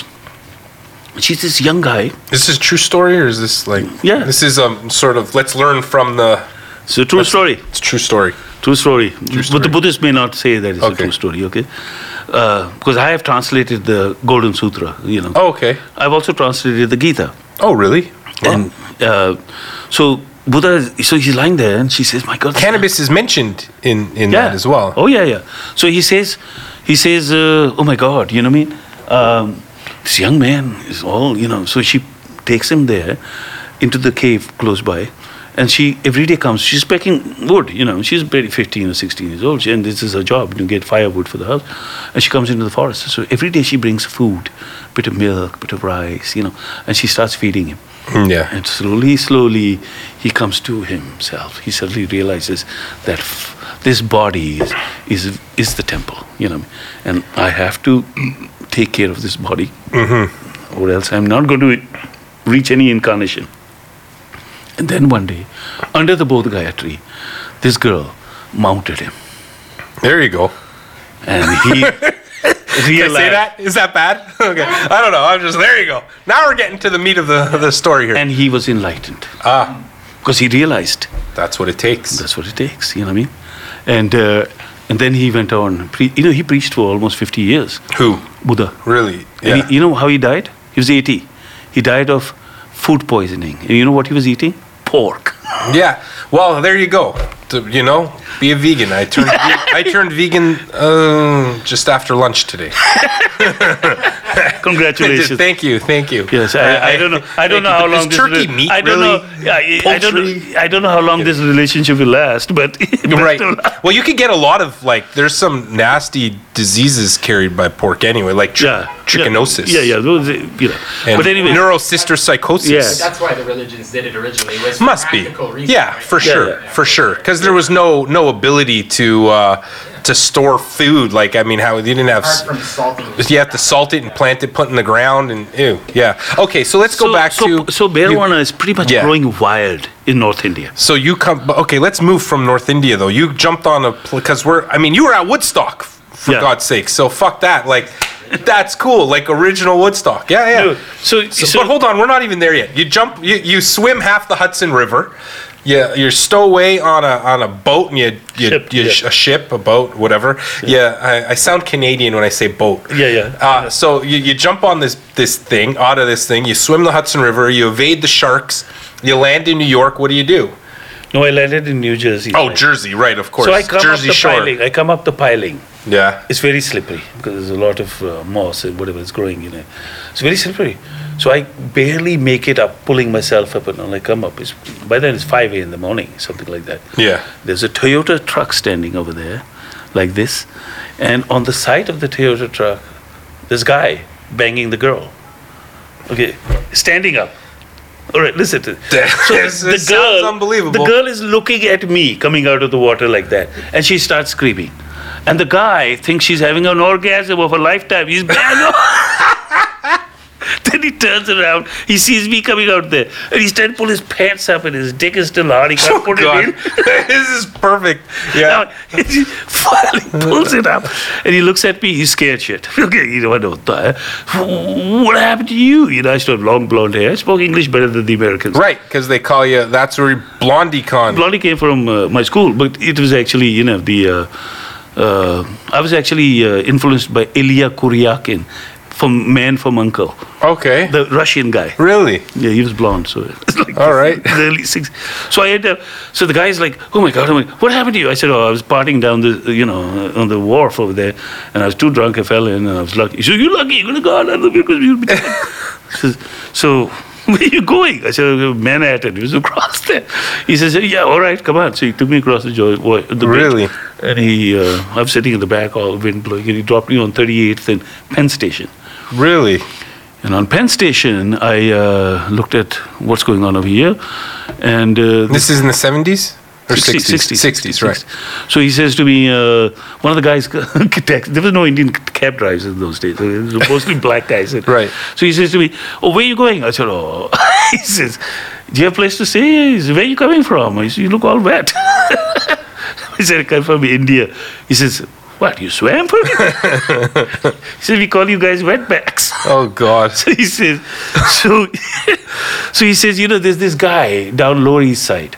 Speaker 2: She's this young guy.
Speaker 1: This is true story, or is this like
Speaker 2: Yeah.
Speaker 1: This is um sort of let's learn from the
Speaker 2: It's a true story.
Speaker 1: it's true story.
Speaker 2: True story. But
Speaker 1: story.
Speaker 2: the Buddhists may not say that it's
Speaker 1: Okay.
Speaker 2: a true story, okay? Uh, because I have translated the Golden Sutra, you know.
Speaker 1: Oh, okay.
Speaker 2: I've also translated the Gita.
Speaker 1: Oh, really?
Speaker 2: And uh, so Buddha, is- so he's lying there and she says, My God. this guy-
Speaker 1: Cannabis is mentioned in in that as well.
Speaker 2: Oh yeah, yeah. So he says, he says, uh, oh my God, you know what I mean? Um, this young man is all, you know. So she takes him there into the cave close by, and she every day comes. She's packing wood, you know. She's barely fifteen or sixteen years old, she, and this is her job to get firewood for the house. And she comes into the forest. So every day she brings food, bit of milk, bit of rice, you know, and she starts feeding him.
Speaker 1: Mm, Yeah.
Speaker 2: And slowly, slowly, he comes to himself. He suddenly realizes that f- this body is, is, is the temple, you know, and I have to take care of this body, mm-hmm. or else I'm not going to reach any incarnation. And then one day, under the Bodh Gaya tree, this girl mounted him,
Speaker 1: There you go.
Speaker 2: and
Speaker 1: [LAUGHS]
Speaker 2: he
Speaker 1: Can I say
Speaker 2: realized.
Speaker 1: that? Is that bad? [LAUGHS] okay. I don't know. I'm just there. You go. Now we're getting to the meat of the the story here.
Speaker 2: And he was enlightened
Speaker 1: ah,
Speaker 2: because he realized
Speaker 1: that's what it takes.
Speaker 2: That's what it takes. You know what I mean? And uh, and then he went on. Pre- you know, he preached for almost 50 years.
Speaker 1: Who
Speaker 2: Buddha.
Speaker 1: really?
Speaker 2: And he, you know how he died? He was 80. He died of food poisoning. And you know what he was eating?
Speaker 1: [LAUGHS]
Speaker 2: Pork.
Speaker 1: Yeah. Well, there you go. To- you know, be a vegan. I turned ve- I turned vegan uh, just after lunch today.
Speaker 2: Congratulations.
Speaker 1: thank you. Thank you.
Speaker 2: Yes, I, I don't know. I
Speaker 1: thank
Speaker 2: don't know
Speaker 1: you.
Speaker 2: how
Speaker 1: But
Speaker 2: long
Speaker 1: is
Speaker 2: this
Speaker 1: turkey
Speaker 2: rela-
Speaker 1: meat.
Speaker 2: I don't
Speaker 1: really?
Speaker 2: [LAUGHS] know. I, I don't know. I don't know how long this relationship will last. But [LAUGHS]
Speaker 1: Right. Well, you could get a lot of like. There's some nasty diseases carried by pork anyway, like tr-
Speaker 2: Yeah.
Speaker 1: trichinosis.
Speaker 2: Yeah, yeah. those, uh, you know.
Speaker 1: And
Speaker 2: But anyway,
Speaker 1: neurosister psychosis.
Speaker 2: Yeah.
Speaker 3: That's why the religions did it originally. Was for
Speaker 1: must be
Speaker 3: practical reasons,
Speaker 1: yeah
Speaker 3: right?
Speaker 1: for sure
Speaker 2: yeah.
Speaker 1: for sure because there was no no ability to uh to store food like i mean how you didn't have
Speaker 3: Apart
Speaker 1: s-
Speaker 3: from salting. it.
Speaker 1: you have to salt it and plant it put it in the ground and ew yeah okay so let's go
Speaker 2: so,
Speaker 1: back
Speaker 2: so,
Speaker 1: to
Speaker 2: so marijuana is pretty much
Speaker 1: Yeah.
Speaker 2: growing wild in North India.
Speaker 1: so you come but okay let's move from north india though you jumped on a because we're i mean you were at woodstock f- for
Speaker 2: Yeah.
Speaker 1: god's sake so fuck that like that's cool like original woodstock yeah yeah
Speaker 2: No, so,
Speaker 1: So,
Speaker 2: so-
Speaker 1: but hold on, we're not even there yet. You jump, you, you swim half the Hudson River. Yeah, you, are stowaway on a on a boat and you, you,
Speaker 2: Ship,
Speaker 1: you
Speaker 2: yeah.
Speaker 1: sh- a ship, a boat, whatever. Yeah, I, I sound Canadian when I say boat.
Speaker 2: Yeah, yeah.
Speaker 1: Uh, so you, you jump on this this thing, out of this thing. You swim the Hudson River. You evade the sharks. You land in New York. What do you do?
Speaker 2: no, I landed in New Jersey.
Speaker 1: Oh,
Speaker 2: Right.
Speaker 1: Jersey, right? Of course,
Speaker 2: so I come
Speaker 1: Jersey
Speaker 2: up the
Speaker 1: Shore.
Speaker 2: piling. I come up the piling.
Speaker 1: Yeah,
Speaker 2: It's very slippery because there's a lot of uh, moss and whatever is growing in it. It's very slippery. So I barely make it up, pulling myself up, and when I come up, it's, by then it's 5 a.m. in the morning, something like that.
Speaker 1: yeah.
Speaker 2: There's a Toyota truck standing over there, like this, and on the side of the Toyota truck, this guy banging the girl. Okay, standing up. All right, listen. To,
Speaker 1: [LAUGHS]
Speaker 2: so
Speaker 1: This- this sounds unbelievable.
Speaker 2: The girl is looking at me coming out of the water like that, and she starts screaming. And the guy thinks she's having an orgasm of a lifetime. He's bang. [LAUGHS] Then he turns around, he sees me coming out there, and he's trying to pull his pants up, and his dick is still hard. He can't put it
Speaker 1: Oh, God, [LAUGHS]
Speaker 2: in.
Speaker 1: this is perfect.
Speaker 2: Now,
Speaker 1: Yeah,
Speaker 2: [LAUGHS] he finally pulls it up and he looks at me, he's scared shit. [LAUGHS] Okay, you know, I know what the- what happened to you? You know, I still have long blonde hair. I spoke English better than the Americans.
Speaker 1: right. Because they call you. That's where Blondie Con.
Speaker 2: Blondie came from uh, my school, but it was actually, you know, the. Uh, uh, I was actually uh, influenced by Ilya Kuryakin from Man from Uncle,
Speaker 1: okay.
Speaker 2: the Russian guy.
Speaker 1: Really?
Speaker 2: Yeah, he was blonde, so it's like
Speaker 1: [LAUGHS] All right.
Speaker 2: [LAUGHS] the early six. So I end up. So the guy's like, "Oh my god, oh my, what happened to you?" I said, "Oh, I was partying down the, you know, uh, on the wharf over there, and I was too drunk. I fell in, and I was lucky." He said, "You're lucky. You're gonna go out on the because you'll be." dead."
Speaker 1: [LAUGHS]
Speaker 2: He says, so [LAUGHS] where are you going? I said, "Uh, Manhattan. He was across there. He says, "Yeah, all right, come on." So he took me across the joy. wa- The bridge.
Speaker 1: Really?
Speaker 2: And he, uh, I'm sitting in the back, all wind blowing, and he dropped me on 38th and Penn Station.
Speaker 1: Really?
Speaker 2: And on Penn Station, I uh, looked at what's going on over here, and uh,
Speaker 1: This is in the 70s? Or 60s?
Speaker 2: 60s,
Speaker 1: 60s, right.
Speaker 2: So he says to me, uh, one of the guys, [LAUGHS] text- there was no Indian cab drivers in those days. It was mostly black guys.
Speaker 1: Right.
Speaker 2: So he says to me, "Oh, where are you going?" I said, "Oh." [LAUGHS] he says, "Do you have a place to stay?" [LAUGHS] He says, "Where are you coming from?" I said, "You look all wet." I said, I come from India. He says, what, you swam [LAUGHS] for He said, we call you guys wetbacks.
Speaker 1: Oh God. [LAUGHS]
Speaker 2: So [LAUGHS] he says, so, [LAUGHS] so he says, you know, there's this guy down Lower East Side,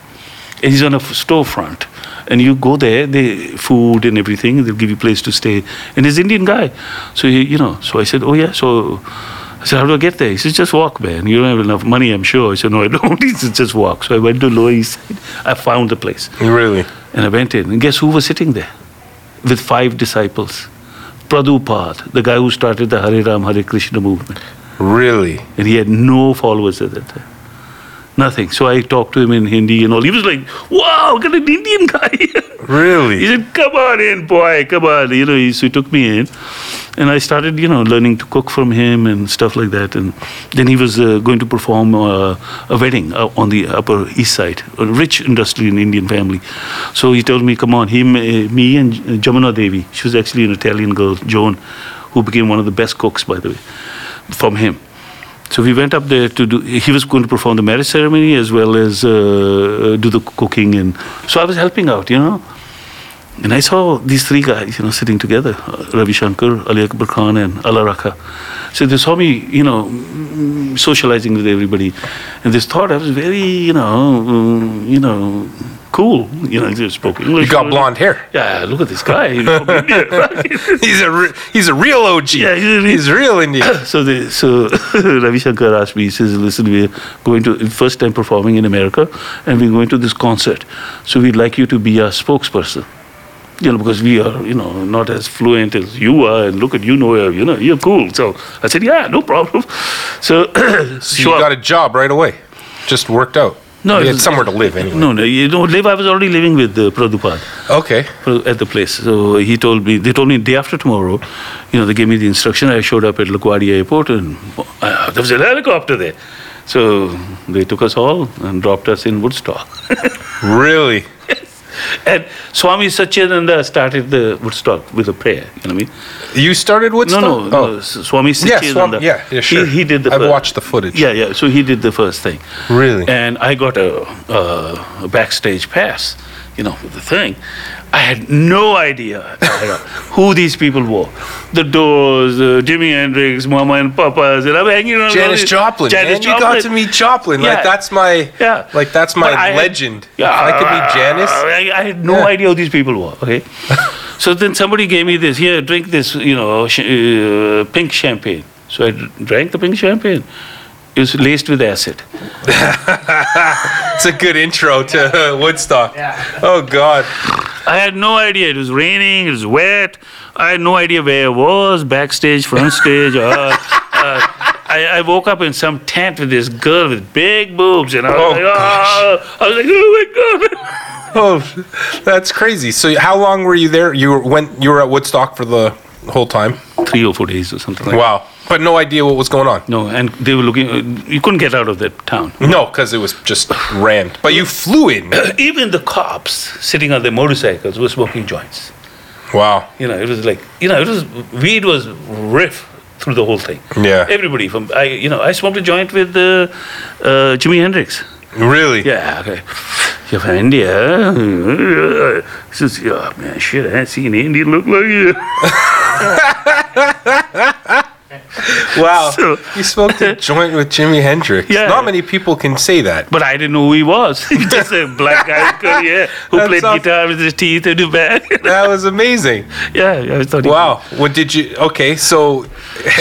Speaker 2: and he's on a f- storefront. And you go there, they food and everything, they'll give you place to stay. And this Indian guy, so he, you know, so I said, oh yeah, so I said, how do I get there? He says, just walk, man. You don't have enough money, I'm sure. I said, no, I don't. [LAUGHS] He said, just walk. So I went to Lower East Side. I found the place.
Speaker 1: Really?
Speaker 2: And I went in, and guess who was sitting there? With five disciples. Prabhupada, the guy who started the Hare Ram Hare Krishna movement.
Speaker 1: Really?
Speaker 2: And he had no followers at that time. Nothing. So I talked to him in Hindi and all. He was like, wow, got an Indian guy. [LAUGHS] here." he
Speaker 1: Really?
Speaker 2: said, come on in, boy, come on. You know, he, so he took me in. And I started, you know, learning to cook from him and stuff like that. And then he was uh, going to perform uh, a wedding uh, on the Upper East Side, a rich industrial Indian family. So he told me, come on, him, uh, me, and Jamuna Devi. She was actually an Italian girl, Joan, who became one of the best cooks, by the way, from him. So we went up there to do. He was going to perform the marriage ceremony as well as uh, do the cooking, and so I was helping out, you know. And I saw these three guys, you know, sitting together, uh, Ravi Shankar, Ali Akbar Khan, and Allah Rakha. So they saw me, you know, mm, socializing with everybody, and they thought I was very, you know, mm, you know, cool. You know, they spoke English.
Speaker 1: You got blonde hair.
Speaker 2: Yeah, look at this guy. He's from India, right?
Speaker 1: [LAUGHS]
Speaker 2: [LAUGHS]
Speaker 1: He's a re- he's a real OG.
Speaker 2: Yeah, he's a real-
Speaker 1: he's real [LAUGHS] Indian.
Speaker 2: so the so [LAUGHS] Ravi Shankar asked me, he says, Listen, we're going to first time performing in America and we're going to this concert. So we'd like you to be our spokesperson. You know, because we are, you know, not as fluent as you are and look at you know you know, you're cool. So I said, Yeah, no problem. So, [CLEARS THROAT]
Speaker 1: So you got a job right away. Just worked out.
Speaker 2: No,
Speaker 1: you
Speaker 2: it
Speaker 1: had
Speaker 2: was-
Speaker 1: somewhere to live anyway.
Speaker 2: No, no, you know, live I was already living with uh, Prabhupada.
Speaker 1: Okay.
Speaker 2: at the place. So he told me, they told me day after tomorrow, you know, they gave me the instruction. I showed up at LaGuardia Airport and uh, there was a helicopter there. So they took us all and dropped us in Woodstock.
Speaker 1: Really?
Speaker 2: and Swami Satchidananda started the Woodstock with a prayer, you know what I mean?
Speaker 1: You started Woodstock? Oh.
Speaker 2: No, no, no, S- Swami
Speaker 1: Yeah,
Speaker 2: Satchidananda.
Speaker 1: Swam- yeah, yeah, sure.
Speaker 2: He, he did the
Speaker 1: I've
Speaker 2: first-
Speaker 1: watched the footage.
Speaker 2: Yeah, yeah, so he did the first thing.
Speaker 1: Really?
Speaker 2: And I got a, a, a backstage pass, you know, for the thing. I had no idea [LAUGHS] who these people were. The Doors, uh, Jimi Hendrix, Mama and Papa's, and I'm hanging around. all
Speaker 1: Oh, Janis
Speaker 2: these-
Speaker 1: Joplin.
Speaker 2: Janis
Speaker 1: man. You got to
Speaker 2: Joplin.
Speaker 1: meet Joplin.
Speaker 2: Yeah.
Speaker 1: Like that's my
Speaker 2: Yeah.
Speaker 1: like that's
Speaker 2: But I
Speaker 1: my
Speaker 2: had-
Speaker 1: legend. If I could meet Janis.
Speaker 2: uh, I, I had no
Speaker 1: Yeah.
Speaker 2: idea who these people were. Okay. so then somebody gave me this. Here, drink this. You know, sh- uh, pink champagne. So I d- drank the pink champagne. It was laced with acid.
Speaker 1: It's a good intro to [LAUGHS] uh, Woodstock.
Speaker 3: Yeah.
Speaker 1: Oh God.
Speaker 2: I had no idea. It was raining. It was wet. I had no idea where I was. Backstage, front stage. Uh, uh, I, I woke up in some tent with this girl with big boobs, and I was
Speaker 1: Oh,
Speaker 2: like, oh. I was like, oh my god. [LAUGHS]
Speaker 1: Oh, that's crazy. So how long were you there? You were, went. You were at Woodstock for the whole time.
Speaker 2: Three or four days or something. like that.
Speaker 1: Wow. But no idea what was going on.
Speaker 2: No, and they were looking. uh, You couldn't get out of that town.
Speaker 1: No, because it was just ran. But you flew in. [COUGHS]
Speaker 2: Even the cops sitting on their motorcycles were smoking joints.
Speaker 1: Wow.
Speaker 2: You know, it was like you know, it was weed was riff through the whole thing.
Speaker 1: Yeah.
Speaker 2: Everybody from I, you know, I smoked a joint with uh, uh, Jimi Hendrix.
Speaker 1: Really?
Speaker 2: Yeah, okay. You're from India. huh? He says, "Yeah, man, shit, I hadn't seen an Indian look like you."
Speaker 1: Wow.
Speaker 2: So-
Speaker 1: you smoked [LAUGHS] a joint with Jimi Hendrix.
Speaker 2: Yeah.
Speaker 1: Not many people can say that.
Speaker 2: But I didn't know who he was. [LAUGHS] He was Just a black guy with curly hair who
Speaker 1: That's
Speaker 2: played
Speaker 1: awesome.
Speaker 2: guitar with his teeth in the back.
Speaker 1: That was amazing.
Speaker 2: [LAUGHS] yeah, I thought. he-
Speaker 1: Wow. What did you? Okay, so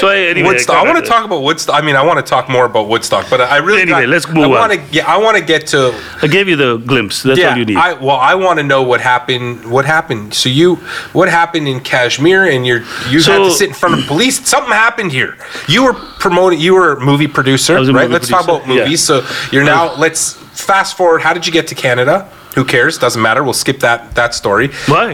Speaker 2: So I- anyway,
Speaker 1: Woodstock. I want to talk about Woodstock. I mean, I want to talk more about Woodstock, but I really
Speaker 2: Anyway,
Speaker 1: got-
Speaker 2: let's move
Speaker 1: I
Speaker 2: on.
Speaker 1: Wanna, yeah, I want to get to
Speaker 2: I gave you the glimpse. That's all you need.
Speaker 1: I, well, I want to know what happened. What happened? So you, what happened in Kashmir? And you're you had to
Speaker 2: So-
Speaker 1: sit in front of police. Something happened here. You were promoting. You were a movie producer,
Speaker 2: I was a
Speaker 1: right?
Speaker 2: movie
Speaker 1: let's talk
Speaker 2: producer,
Speaker 1: about movies. So you're now. Let's fast forward. How did you get to Canada? Who cares? Doesn't matter. We'll skip that that story.
Speaker 2: Why?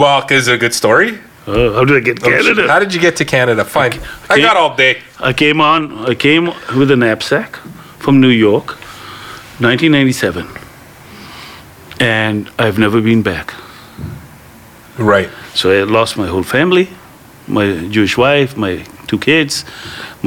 Speaker 1: Well, because it's a good story.
Speaker 2: Uh, how did I get Canada?
Speaker 1: Oh, How did you get to Canada? Fine. I
Speaker 2: Okay.
Speaker 1: got all day.
Speaker 2: I came on. I came with a knapsack from New York, 1997, and I've never been back.
Speaker 1: Right.
Speaker 2: So I lost my whole family. my Jewish wife, my two kids,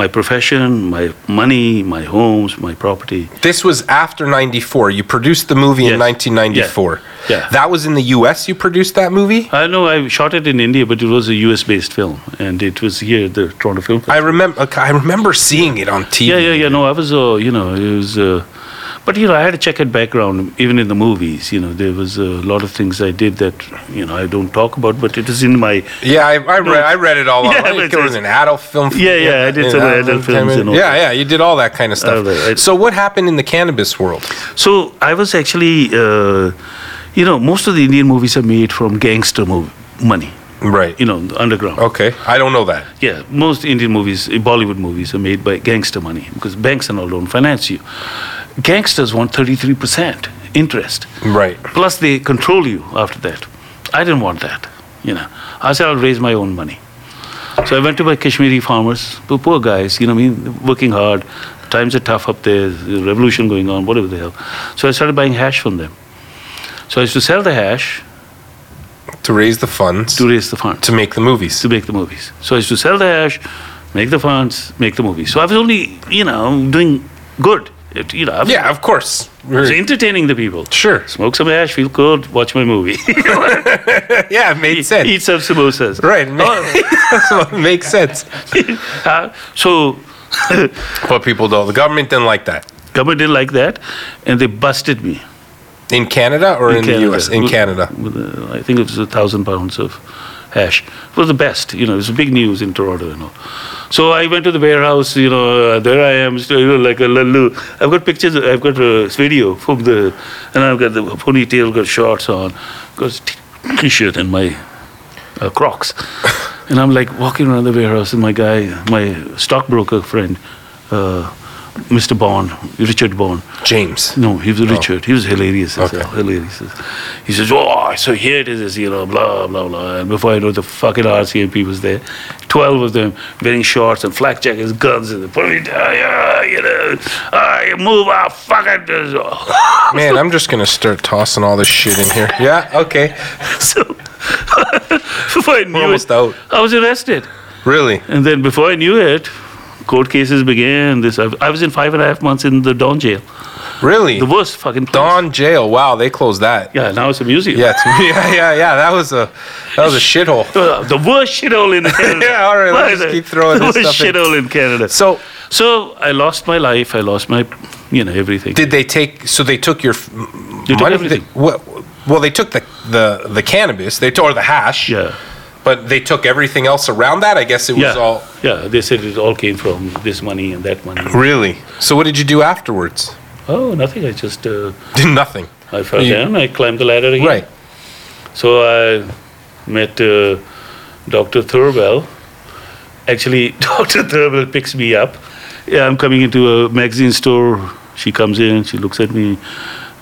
Speaker 2: my profession, my money, my homes, my property.
Speaker 1: This was after 94. You produced the movie in
Speaker 2: Yes.
Speaker 1: 1994.
Speaker 2: Yeah. Yeah.
Speaker 1: That was in the US you produced that movie?
Speaker 2: I know I shot it in India, but it was a US based film, and it was here at the Toronto Film Festival.
Speaker 1: I remember I remember seeing it on TV.
Speaker 2: Yeah, yeah, yeah. No, I was, uh, you know, it was, uh, but you know, I had a checkered background, even in the movies. You know, there was a lot of things I did that, you know, I don't talk about, but it is in my.
Speaker 1: Yeah, I, I, read, I read it all.
Speaker 2: [LAUGHS] Yeah,
Speaker 1: Yeah, it
Speaker 2: but
Speaker 1: was
Speaker 2: it's-
Speaker 1: an adult film.
Speaker 2: Yeah, yeah, I did some adult films and all
Speaker 1: Yeah, yeah, you did all that kind of stuff.
Speaker 2: All right.
Speaker 1: So what happened in the cannabis world?
Speaker 2: So I was actually, uh, you know, most of the Indian movies are made from gangster mov- money,
Speaker 1: Right.
Speaker 2: you know, the underground.
Speaker 1: Okay, I don't know that.
Speaker 2: Yeah, most Indian movies, eh, Bollywood movies, are made by gangster money because banks and all don't finance you. Gangsters want 33% interest.
Speaker 1: Right.
Speaker 2: Plus, they control you after that. I didn't want that. You know, I said I'll raise my own money. So I went to my Kashmiri farmers, poor, poor guys. You know, what I mean, working hard. Times are tough up there. the Revolution going on, whatever the hell. So I started buying hash from them. So I used to sell the hash
Speaker 1: To raise the funds
Speaker 2: to
Speaker 1: to,
Speaker 2: raise the funds
Speaker 1: make the movies.
Speaker 2: to make the movies. So I used to sell the hash, make the funds, make the movies. So I was only, you know, doing good. It- you know, I was,
Speaker 1: Yeah, of course.
Speaker 2: I was
Speaker 1: We're-
Speaker 2: entertaining the people. [LAUGHS]
Speaker 1: Sure.
Speaker 2: Smoke some hash, feel good, watch my movie.
Speaker 1: Yeah, it made sense.
Speaker 2: [LAUGHS] Eat some samosas.
Speaker 1: Right.
Speaker 2: [LAUGHS]
Speaker 1: That's what makes sense.
Speaker 2: Uh, [LAUGHS] so
Speaker 1: But people don't. The government didn't like that.
Speaker 2: government didn't like that, and they busted me.
Speaker 1: In Canada or in,
Speaker 2: Canada.
Speaker 1: the US? In
Speaker 2: With-
Speaker 1: Canada.
Speaker 2: with, uh, I think it was a thousand pounds of hash. It was the best, you know. It was big news in Toronto and all. So I went to the warehouse, you know. Uh, there I am, still, you know, like a lulu. I've got pictures. I've got a video from the, and I've got the ponytail, got shorts on, got t- t-shirt and my uh,
Speaker 1: [LAUGHS]
Speaker 2: Crocs, and I'm like walking around the warehouse, and my guy, my stockbroker friend. Uh, Mr. Bond, Richard Bond,
Speaker 1: James.
Speaker 2: no, he was Richard. He was hilarious. as
Speaker 1: Okay.
Speaker 2: hell, Hilarious. He says, "Oh, so here it is, you know, blah blah blah." And before I know, it, the fucking RCMP was there, twelve of them wearing shorts and flak jackets, guns, and they put me down, yeah, you know, ah, you move out, fucking. [LAUGHS]
Speaker 1: Man, I'm just going to start tossing all this shit in
Speaker 2: [LAUGHS]
Speaker 1: here. Yeah, okay.
Speaker 2: so before I knew
Speaker 1: almost
Speaker 2: it,
Speaker 1: out.
Speaker 2: I was arrested.
Speaker 1: Really?
Speaker 2: And then before I knew it, court cases began. This I, I was in five and a half months in the Don jail,
Speaker 1: Really?
Speaker 2: the worst fucking place.
Speaker 1: Dawn Jail. Wow, they closed that.
Speaker 2: Yeah, now it's a
Speaker 1: [LAUGHS]
Speaker 2: museum.
Speaker 1: Yeah, it's, yeah, yeah, yeah. That was a that was a shithole.
Speaker 2: Uh, the worst
Speaker 1: [LAUGHS]
Speaker 2: shithole in Canada.
Speaker 1: Yeah, all right, let's
Speaker 2: Why
Speaker 1: just
Speaker 2: the-
Speaker 1: keep throwing
Speaker 2: the
Speaker 1: this
Speaker 2: worst
Speaker 1: stuff in.
Speaker 2: shithole in Canada. So,
Speaker 1: So
Speaker 2: I lost my life. I lost my, you know, everything.
Speaker 1: did they take? So they took your f-
Speaker 2: They took
Speaker 1: money.
Speaker 2: everything.
Speaker 1: They- what? Well, they took the the the cannabis. They tore the hash.
Speaker 2: yeah,
Speaker 1: But they took everything else around that. I guess it was
Speaker 2: yeah,
Speaker 1: all
Speaker 2: yeah. They said it all came from this money and that money.
Speaker 1: really. So what did you do afterwards?
Speaker 2: Oh, nothing. I just uh,
Speaker 1: [LAUGHS] Did nothing.
Speaker 2: I fell
Speaker 1: You-
Speaker 2: down. I climbed the ladder again.
Speaker 1: Right.
Speaker 2: So I met uh, Dr. Thurwell. Actually, [LAUGHS] Dr. Thurwell picks me up. Yeah, I'm coming into a magazine store. She comes in, she looks at me.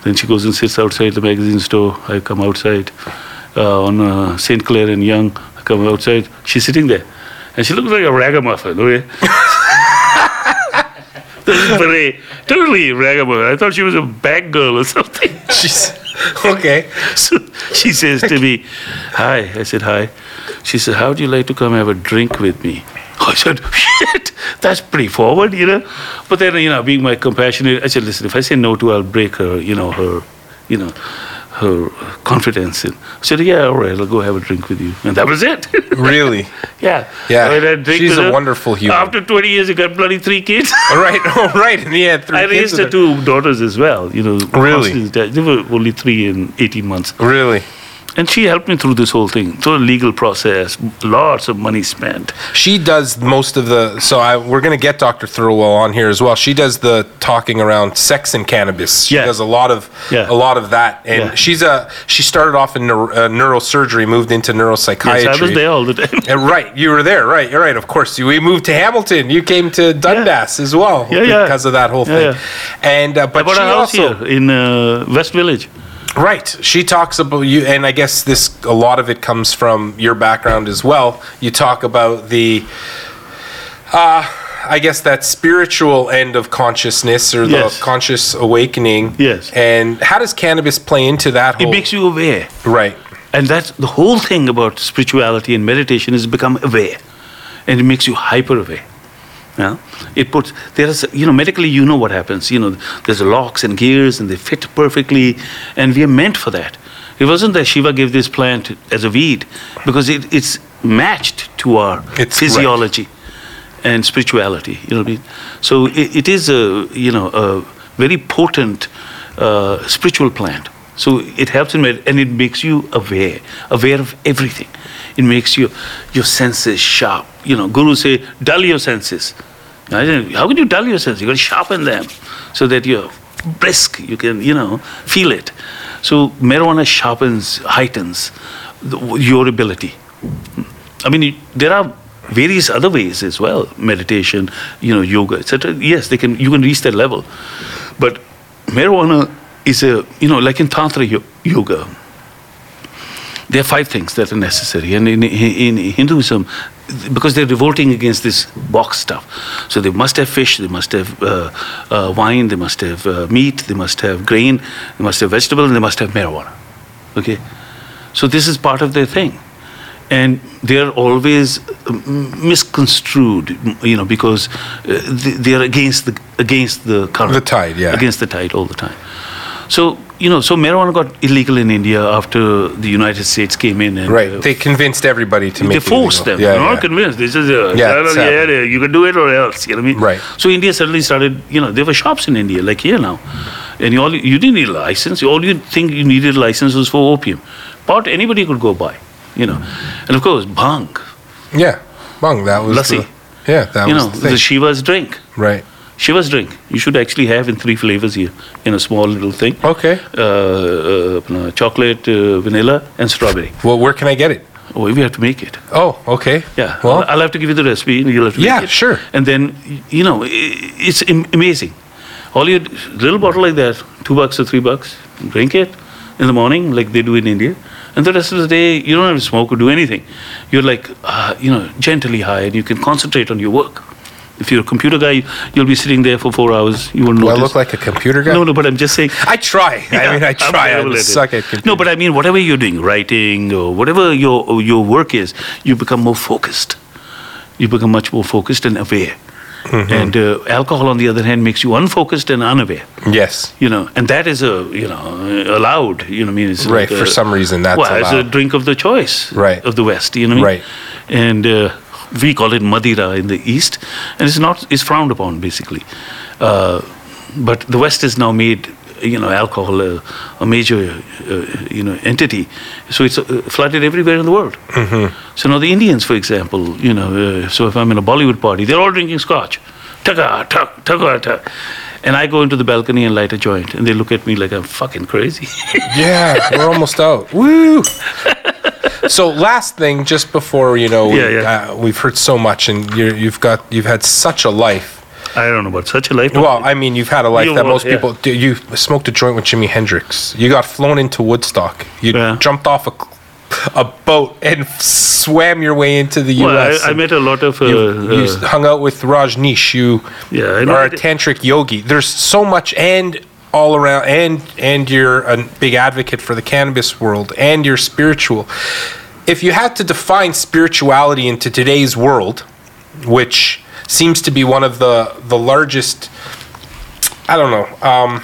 Speaker 2: Then she goes and sits outside the magazine store. I come outside uh, on uh, St. Clair and Young. I come outside. She's sitting there. And she looks like a ragamuffin, okay? [LAUGHS] This is beret. Totally ragamuffin. I thought she was a bag girl or something.
Speaker 1: [LAUGHS] Jeez. [LAUGHS] Okay.
Speaker 2: So [LAUGHS] she says to me, Hi. I said, Hi. She said, How would you like to come have a drink with me? [LAUGHS] I said, Shit, that's pretty forward, you know. But then, you know, being my compassionate, I said, Listen, if I say no to, her, I'll break her, you know, her, you know, her confidence. And I said, Yeah, all right, I'll go have a drink with you. And that was it. [LAUGHS]
Speaker 1: Really.
Speaker 2: yeah.
Speaker 1: Yeah,
Speaker 2: I had drink
Speaker 1: she's
Speaker 2: with
Speaker 1: a wonderful human.
Speaker 2: After 20 years, I got bloody three kids.
Speaker 1: All [LAUGHS] right. [LAUGHS] All right. And he had three
Speaker 2: [LAUGHS] I
Speaker 1: kids
Speaker 2: raised
Speaker 1: with
Speaker 2: her two daughters as well, you know.
Speaker 1: Really?
Speaker 2: Constance died. They were only three and 18 months.
Speaker 1: her. Really.
Speaker 2: And she helped me through this whole thing, through the legal process, lots of money spent.
Speaker 1: She does most of the. So I, we're going to get Dr. Thirlwell on here as well. She does the talking around sex and cannabis. She
Speaker 2: Yeah.
Speaker 1: does a lot of
Speaker 2: Yeah.
Speaker 1: a lot of that, and
Speaker 2: Yeah.
Speaker 1: she's a she started off in neuro, uh, neurosurgery, moved into neuropsychiatry.
Speaker 2: Yes, I was there all the
Speaker 1: [LAUGHS]
Speaker 2: time.
Speaker 1: And Uh, right, you were there. Right, you're right. Of course, you, we moved to Hamilton. You came to Dundas as well
Speaker 2: Yeah, yeah.
Speaker 1: because of that whole
Speaker 2: Yeah,
Speaker 1: thing.
Speaker 2: yeah.
Speaker 1: And uh,
Speaker 2: I
Speaker 1: but
Speaker 2: bought
Speaker 1: she
Speaker 2: a house
Speaker 1: also
Speaker 2: here in uh, West Village.
Speaker 1: Right. She talks about you, and I guess this a lot of it comes from your background as well. You talk about the, uh, I guess that spiritual end of consciousness or
Speaker 2: Yes.
Speaker 1: the conscious awakening.
Speaker 2: Yes.
Speaker 1: And how does cannabis play into that whole?
Speaker 2: It makes you aware.
Speaker 1: right.
Speaker 2: And that's the whole thing about spirituality and meditation is become aware. and it makes you hyper aware. Yeah, it puts there is you know medically you know what happens. You know there's locks and gears and they fit perfectly, and we are meant for that. It wasn't that Shiva gave this plant as a weed because it, it's matched to our
Speaker 1: It's right.
Speaker 2: physiology and spirituality. You know what I mean? So it, it is a you know a very potent uh, spiritual plant. So it helps in med- and it makes you aware, aware of everything. It makes you your senses sharp. You know, Guru say dull your senses. I don't, how can you dull your senses? You got to sharpen them so that you're brisk. You can you know feel it. So marijuana sharpens, heightens the, your ability. I mean, you- there are various other ways as well, meditation, you know, yoga, etc. Yes, they can. You can reach that level, but marijuana is a you know, like in tantra yo- yoga. There are five things that are necessary, and in, in Hinduism, because they're revolting against this box stuff, so they must have fish, they must have uh, uh, wine, they must have uh, meat, they must have grain, they must have vegetable, and they must have marijuana. Okay, so this is part of their thing and they're always um, misconstrued m- you know because uh, th- they're against the against the current
Speaker 1: The tide, yeah.
Speaker 2: against the tide all the time so you know so marijuana got illegal in india after the united states came in and
Speaker 1: Right.
Speaker 2: uh,
Speaker 1: They convinced everybody to make
Speaker 2: they
Speaker 1: it
Speaker 2: forced
Speaker 1: illegal.
Speaker 2: them. They're not convinced. This is a
Speaker 1: Yeah,
Speaker 2: yeah,
Speaker 1: it's
Speaker 2: yeah,
Speaker 1: happening.
Speaker 2: yeah, you can do it or else. You know what I mean?
Speaker 1: Right.
Speaker 2: So India suddenly started. You know, there were shops in India like here now, and you all you didn't need a license. All you think you needed a license was for opium. Pot anybody could go buy. You know, and of course bhang.
Speaker 1: Yeah. Bung, that was
Speaker 2: Lassi.
Speaker 1: the- yeah, that
Speaker 2: you
Speaker 1: was
Speaker 2: know,
Speaker 1: the
Speaker 2: the,
Speaker 1: thing.
Speaker 2: Shiva's drink.
Speaker 1: right.
Speaker 2: Shiva's drink. You should actually have in three flavors here in a small little thing.
Speaker 1: Okay.
Speaker 2: Uh, uh, apna chocolate, uh, vanilla, and strawberry.
Speaker 1: Well, where can I get it?
Speaker 2: Oh, we have to make it.
Speaker 1: Oh, okay.
Speaker 2: Yeah,
Speaker 1: Well,
Speaker 2: I'll, I'll have to give you the recipe, and you'll have to.
Speaker 1: Yeah,
Speaker 2: make it.
Speaker 1: sure.
Speaker 2: And then y- you know, i- it's am- amazing. All you d- little bottle like that, two bucks or three bucks, drink it in the morning like they do in India, and the rest of the day you don't have to smoke or do anything. You're like, uh, you know, gently high, and you can concentrate on your work. If you're a computer guy, you- you'll be sitting there for four hours. You will
Speaker 1: do I
Speaker 2: notice.
Speaker 1: look like a computer guy?
Speaker 2: no, no, but I'm just saying.
Speaker 1: I try. I mean, I
Speaker 2: I'm
Speaker 1: try. I
Speaker 2: terrible
Speaker 1: just
Speaker 2: at it.
Speaker 1: suck at computers.
Speaker 2: No, but I mean, whatever you're doing, writing or whatever your your work is, you become more focused. You become much more focused and aware.
Speaker 1: Mm-hmm.
Speaker 2: And uh, alcohol, on the other hand, makes you unfocused and unaware.
Speaker 1: Yes.
Speaker 2: You know, and that is a you know allowed. You know, what I mean, it's
Speaker 1: Right,
Speaker 2: like
Speaker 1: for
Speaker 2: a-
Speaker 1: some reason that's
Speaker 2: well, it's a
Speaker 1: allowed.
Speaker 2: drink of the choice,
Speaker 1: Right.
Speaker 2: of the West. You know, what I mean?
Speaker 1: Right.
Speaker 2: And uh, we call it Madira in the East, and it's not it's frowned upon basically. Uh, but the West has now made you know alcohol a, a major uh, you know entity, so it's uh, flooded everywhere in the world.
Speaker 1: Mm-hmm.
Speaker 2: So now the Indians, for example, you know, uh, so if I'm in a Bollywood party, they're all drinking scotch, tucka tuck tucka tuck, and I go into the balcony and light a joint, and they look at me like I'm fucking crazy. [LAUGHS]
Speaker 1: Yeah, we're almost out. [LAUGHS] Woo! So last thing, just before you know, we,
Speaker 2: Yeah, yeah.
Speaker 1: Uh, we've heard so much, and you're, you've got you've had such a life.
Speaker 2: I don't know about such a life.
Speaker 1: Well, I mean, you've had a life
Speaker 2: You
Speaker 1: that
Speaker 2: will,
Speaker 1: most
Speaker 2: yeah.
Speaker 1: people. Do. You smoked a joint with Jimi Hendrix. You got flown into Woodstock. You
Speaker 2: Yeah.
Speaker 1: jumped off a, cl- a boat and swam your way into the
Speaker 2: Well,
Speaker 1: U.S.
Speaker 2: I, I met a lot of. Uh,
Speaker 1: you, you
Speaker 2: uh,
Speaker 1: hung out with Rajneesh. You
Speaker 2: Yeah, I know
Speaker 1: are
Speaker 2: I
Speaker 1: a
Speaker 2: did.
Speaker 1: tantric yogi. There's so much and all around, and and you're a big advocate for the cannabis world, and you're spiritual. If you had to define spirituality into today's world, which seems to be one of the the largest, I don't know. Um,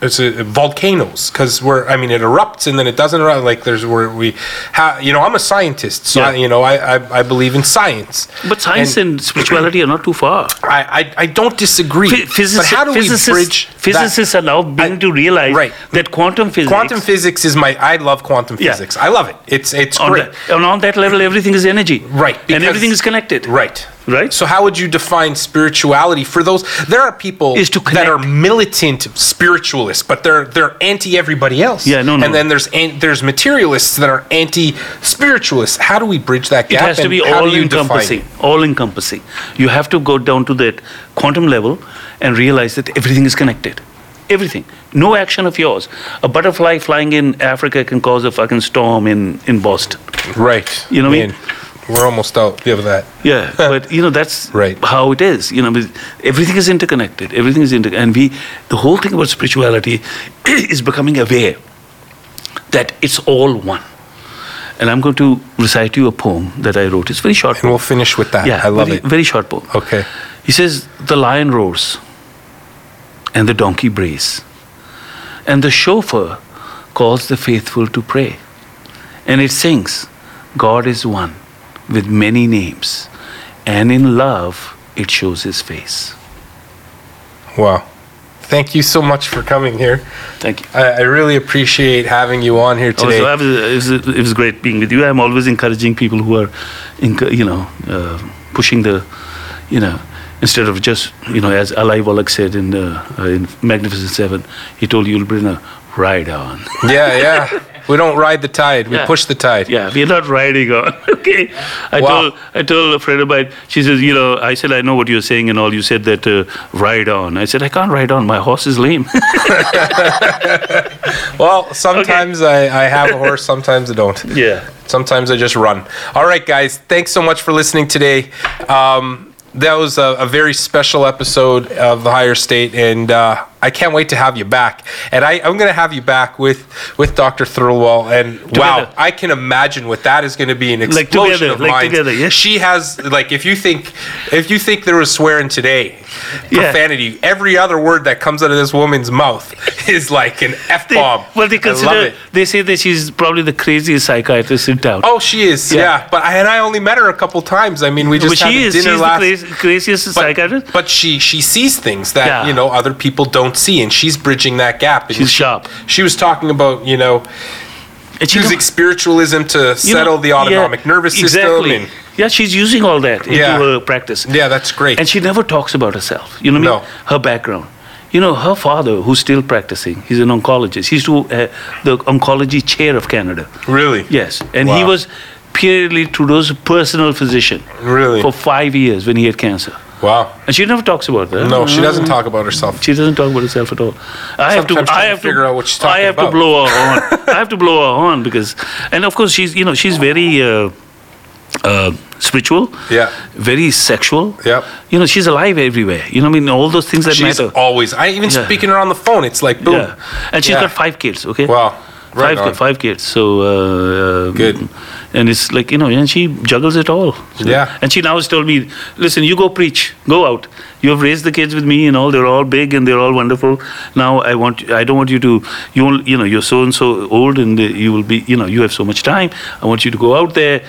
Speaker 1: it's a, volcanoes because we're I mean it erupts and then it doesn't erupt like there's where we ha- you know I'm a scientist so I,
Speaker 2: Yeah.
Speaker 1: you know I, I I believe in science
Speaker 2: but science and, spirituality are not too far.
Speaker 1: I, I, I don't disagree.
Speaker 2: Phy-
Speaker 1: but
Speaker 2: physici-
Speaker 1: how do we
Speaker 2: physicists,
Speaker 1: bridge that?
Speaker 2: physicists are now beginning to realize
Speaker 1: right.
Speaker 2: that quantum physics.
Speaker 1: Quantum physics is my. I love quantum
Speaker 2: Yeah.
Speaker 1: physics. I love it. It's it's
Speaker 2: on
Speaker 1: great.
Speaker 2: that, and on that level, everything is energy.
Speaker 1: Right,
Speaker 2: And
Speaker 1: because-
Speaker 2: everything is connected.
Speaker 1: Right.
Speaker 2: Right.
Speaker 1: So how would you define spirituality for those? There are people
Speaker 2: Is to
Speaker 1: that are
Speaker 2: connect.
Speaker 1: militant spiritualists, but they're they're anti everybody else.
Speaker 2: Yeah, no, no.
Speaker 1: And then there's an, there's materialists that are anti spiritualists. How do we bridge that
Speaker 2: It
Speaker 1: gap?
Speaker 2: has to
Speaker 1: and
Speaker 2: be
Speaker 1: how do
Speaker 2: all
Speaker 1: you define
Speaker 2: encompassing.
Speaker 1: it?
Speaker 2: All encompassing. You have to go down to that quantum level and realize that everything is connected. Everything. No action of yours. A butterfly flying in Africa can cause a fucking storm in, in Boston.
Speaker 1: Right.
Speaker 2: You know what I mean?
Speaker 1: We're almost out of that.
Speaker 2: Yeah, but you know that's
Speaker 1: Right.
Speaker 2: how it is. You know, with- everything is interconnected. Everything is inter, and we the whole thing about [CLEARS THROAT] spirituality is becoming aware that it's all one, and I'm going to recite you a poem that I wrote. It's very short.
Speaker 1: And we'll finish with that.
Speaker 2: yeah,
Speaker 1: I love
Speaker 2: very,
Speaker 1: it.
Speaker 2: Very short poem.
Speaker 1: Okay.
Speaker 2: He says, The lion roars, and the donkey brays, and the chauffeur calls the faithful to pray. And it sings, God is one with many names, and in love it shows his face.
Speaker 1: Wow. Thank you so much for coming here.
Speaker 2: Thank you.
Speaker 1: I, I really appreciate having you on here today.
Speaker 2: Also, I was- it, was, it was great being with you. I'm always encouraging people who are, enc- you know, uh, pushing the, you know, instead of just, you know, as Ali Wallach said in, uh, uh, in Magnificent Seven, he told Yul Brynner, ride on. [LAUGHS]
Speaker 1: yeah, yeah. We don't ride the tide. We
Speaker 2: Yeah.
Speaker 1: push the tide.
Speaker 2: yeah, we're not riding on. [LAUGHS] okay. I
Speaker 1: Wow.
Speaker 2: told I told a friend of mine, she says, you know, I said, I know what you're saying and all. You said that uh, ride on. I said, I can't ride on. My horse is lame. [LAUGHS]
Speaker 1: Well, sometimes I, I have a horse, sometimes I don't.
Speaker 2: yeah.
Speaker 1: Sometimes I just run. All right, guys. Thanks so much for listening today. Um, that was a, a very special episode of the Higher State, and uh, I can't wait to have you back. And I, I'm going to have you back with with Dr. Thirlwall. And wow,
Speaker 2: Together.
Speaker 1: I can imagine what that is going to be an
Speaker 2: Like
Speaker 1: explosion
Speaker 2: together,
Speaker 1: of
Speaker 2: like
Speaker 1: minds.
Speaker 2: together, yes.
Speaker 1: She has like if you think if you think there was swearing today,
Speaker 2: Yeah.
Speaker 1: profanity. Every other word that comes out of this woman's mouth is like an f
Speaker 2: They,
Speaker 1: bomb.
Speaker 2: well,
Speaker 1: I
Speaker 2: they
Speaker 1: love
Speaker 2: consider,
Speaker 1: it.
Speaker 2: they say that she's probably the craziest psychiatrist in town.
Speaker 1: Oh, she is. Yeah,
Speaker 2: Yeah.
Speaker 1: but I, and I only met her a couple times. I mean, we just
Speaker 2: but
Speaker 1: had
Speaker 2: she
Speaker 1: a
Speaker 2: is.
Speaker 1: dinner
Speaker 2: She's
Speaker 1: last.
Speaker 2: the craziest, craziest psychiatrist.
Speaker 1: but, but she she sees things that
Speaker 2: Yeah.
Speaker 1: you know other people don't see, and she's bridging that gap. And
Speaker 2: She's
Speaker 1: she-
Speaker 2: sharp.
Speaker 1: She was talking about you know
Speaker 2: And she
Speaker 1: using
Speaker 2: don't-
Speaker 1: spiritualism to
Speaker 2: you know,
Speaker 1: settle the
Speaker 2: yeah,
Speaker 1: autonomic nervous system.
Speaker 2: Exactly.
Speaker 1: and-
Speaker 2: yeah, she's using all that into
Speaker 1: Yeah.
Speaker 2: her practice.
Speaker 1: yeah, that's great.
Speaker 2: And she never talks about herself. You know what I mean?
Speaker 1: No.
Speaker 2: Her background. You know, her father, who's still practicing, he's an oncologist. He's to, uh, the oncology chair of Canada.
Speaker 1: really.
Speaker 2: Yes. And he
Speaker 1: Wow.
Speaker 2: was purely Trudeau's personal physician
Speaker 1: Really.
Speaker 2: for five years when he had cancer.
Speaker 1: Wow.
Speaker 2: And she never talks about that.
Speaker 1: No, she
Speaker 2: Mm-hmm.
Speaker 1: doesn't talk about herself.
Speaker 2: She doesn't talk about herself at all. I have to.
Speaker 1: Sometimes
Speaker 2: I
Speaker 1: trying to
Speaker 2: have to
Speaker 1: figure out what she's
Speaker 2: I
Speaker 1: talking
Speaker 2: have
Speaker 1: about.
Speaker 2: to blow her
Speaker 1: [LAUGHS]
Speaker 2: horn. I have to blow her horn because, and of course, she's you know she's very uh, uh, spiritual.
Speaker 1: Yeah.
Speaker 2: Very sexual.
Speaker 1: Yep.
Speaker 2: You know she's alive everywhere. You know what I mean all those things that
Speaker 1: She's
Speaker 2: matter.
Speaker 1: always. I even
Speaker 2: Yeah.
Speaker 1: speaking to her on the phone. It's like boom.
Speaker 2: Yeah. And she's
Speaker 1: Yeah.
Speaker 2: got five kids. Okay.
Speaker 1: Wow. Right
Speaker 2: five,
Speaker 1: on.
Speaker 2: ki- five kids. So uh, uh,
Speaker 1: Good.
Speaker 2: And it's like you know, and she juggles it all. you know.
Speaker 1: Yeah.
Speaker 2: And she now has told me, listen, you go preach, go out. You have raised the kids with me, and all they're all big and they're all wonderful. Now I want, I don't want you to, you will- you know, you're so and so old, and uh, you will be, you know, you have so much time. I want you to go out there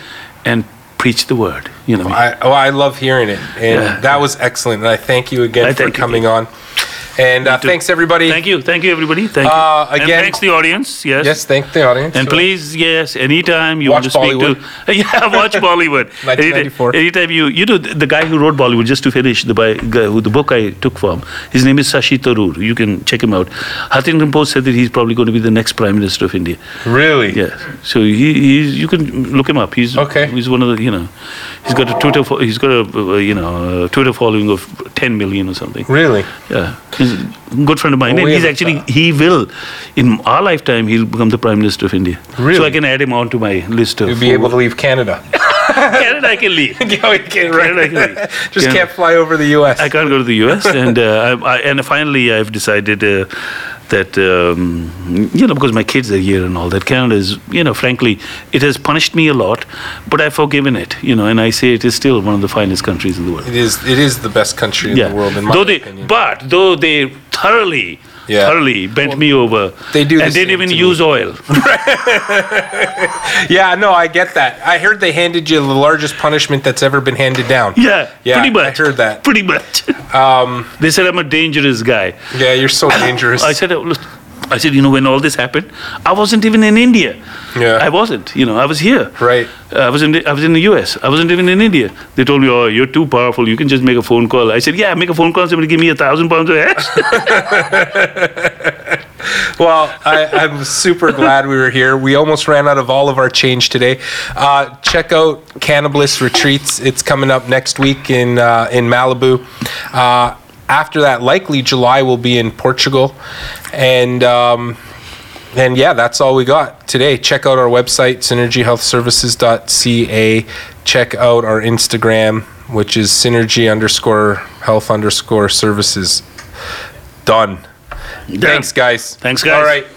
Speaker 2: and preach the word. You know. what I mean?
Speaker 1: I, oh, I love hearing it, and
Speaker 2: Yeah.
Speaker 1: that was excellent. And I thank you again
Speaker 2: I
Speaker 1: for
Speaker 2: thank you.
Speaker 1: coming on. And uh,
Speaker 2: too.
Speaker 1: thanks everybody.
Speaker 2: Thank you, thank you, everybody. Thank
Speaker 1: Uh,
Speaker 2: you.
Speaker 1: again-
Speaker 2: and thanks the audience. Yes.
Speaker 1: Yes, thank the audience.
Speaker 2: And please, yes, anytime you want
Speaker 1: Watch
Speaker 2: to speak to, [LAUGHS] yeah, watch
Speaker 1: [LAUGHS]
Speaker 2: Bollywood. Anytime-
Speaker 1: 1994.
Speaker 2: Anytime you, you know, the guy who wrote Bollywood, just to finish the by, guy who the book I took from, his name is Sashi Tharoor. You can check him out. Huffington Post said that he's probably going to be the next prime minister of India.
Speaker 1: Really?
Speaker 2: Yeah. So he, he's, you can look him up. He's
Speaker 1: Okay.
Speaker 2: He's one of the, you know, he's got a Twitter, fo- he's got a, uh, you know, a Twitter following of 10 million or something.
Speaker 1: Really?
Speaker 2: Yeah, he's a good friend of mine, and
Speaker 1: We
Speaker 2: he's
Speaker 1: have a-
Speaker 2: actually he will, in our lifetime, he'll become the prime minister of India.
Speaker 1: Really?
Speaker 2: So I can add him onto my list of.
Speaker 1: You'll be able to leave Canada.
Speaker 2: [LAUGHS]
Speaker 1: [LAUGHS]
Speaker 2: Canada, I can leave.
Speaker 1: Yeah, we can, right?
Speaker 2: Canada, I can leave.
Speaker 1: [LAUGHS] Just
Speaker 2: Canada.
Speaker 1: can't fly over the U.S.
Speaker 2: I can't go to the
Speaker 1: [LAUGHS]
Speaker 2: U.S. and uh, I, I, and finally I've decided uh, that um, you know because my kids are here and all that. Canada is you know frankly it has punished me a lot, but I've forgiven it. You know, and I say it is still one of the finest countries in the world.
Speaker 1: it is. It is the best country in
Speaker 2: yeah.
Speaker 1: the world, in my
Speaker 2: though they,
Speaker 1: opinion.
Speaker 2: But though they thoroughly,
Speaker 1: Yeah.
Speaker 2: thoroughly bent me over.
Speaker 1: they do the
Speaker 2: and
Speaker 1: same
Speaker 2: didn't even
Speaker 1: to me.
Speaker 2: use oil.
Speaker 1: yeah, no, I get that. I heard they handed you the largest punishment that's ever been handed down.
Speaker 2: yeah,
Speaker 1: Yeah,
Speaker 2: pretty
Speaker 1: I
Speaker 2: much.
Speaker 1: heard that. Um,
Speaker 2: Pretty much. they said I'm a dangerous guy.
Speaker 1: Yeah, you're so dangerous.
Speaker 2: I said, "Oh, look," I said, you know, when all this happened, I wasn't even in India.
Speaker 1: Yeah.
Speaker 2: I wasn't. You know, I was here. Uh,
Speaker 1: Right.
Speaker 2: I was in the, I was in the U.S. I wasn't even in India. They told me, "Oh, you're too powerful. You can just make a phone call." I said, "Yeah, make a phone call. Somebody give me a thousand pounds of ash."
Speaker 1: Well, I, I'm super glad we were here. We almost ran out of all of our change today. Uh, check out Cannibalist Retreats. It's coming up next week in uh, in Malibu. Uh, after that, likely July will be in Portugal, and. Um, and yeah, that's all we got today. Check out our website, synergyhealthservices.ca. Check out our Instagram, which is synergy underscore health underscore services. Done. Thanks, guys.
Speaker 2: Thanks, guys.
Speaker 1: All right.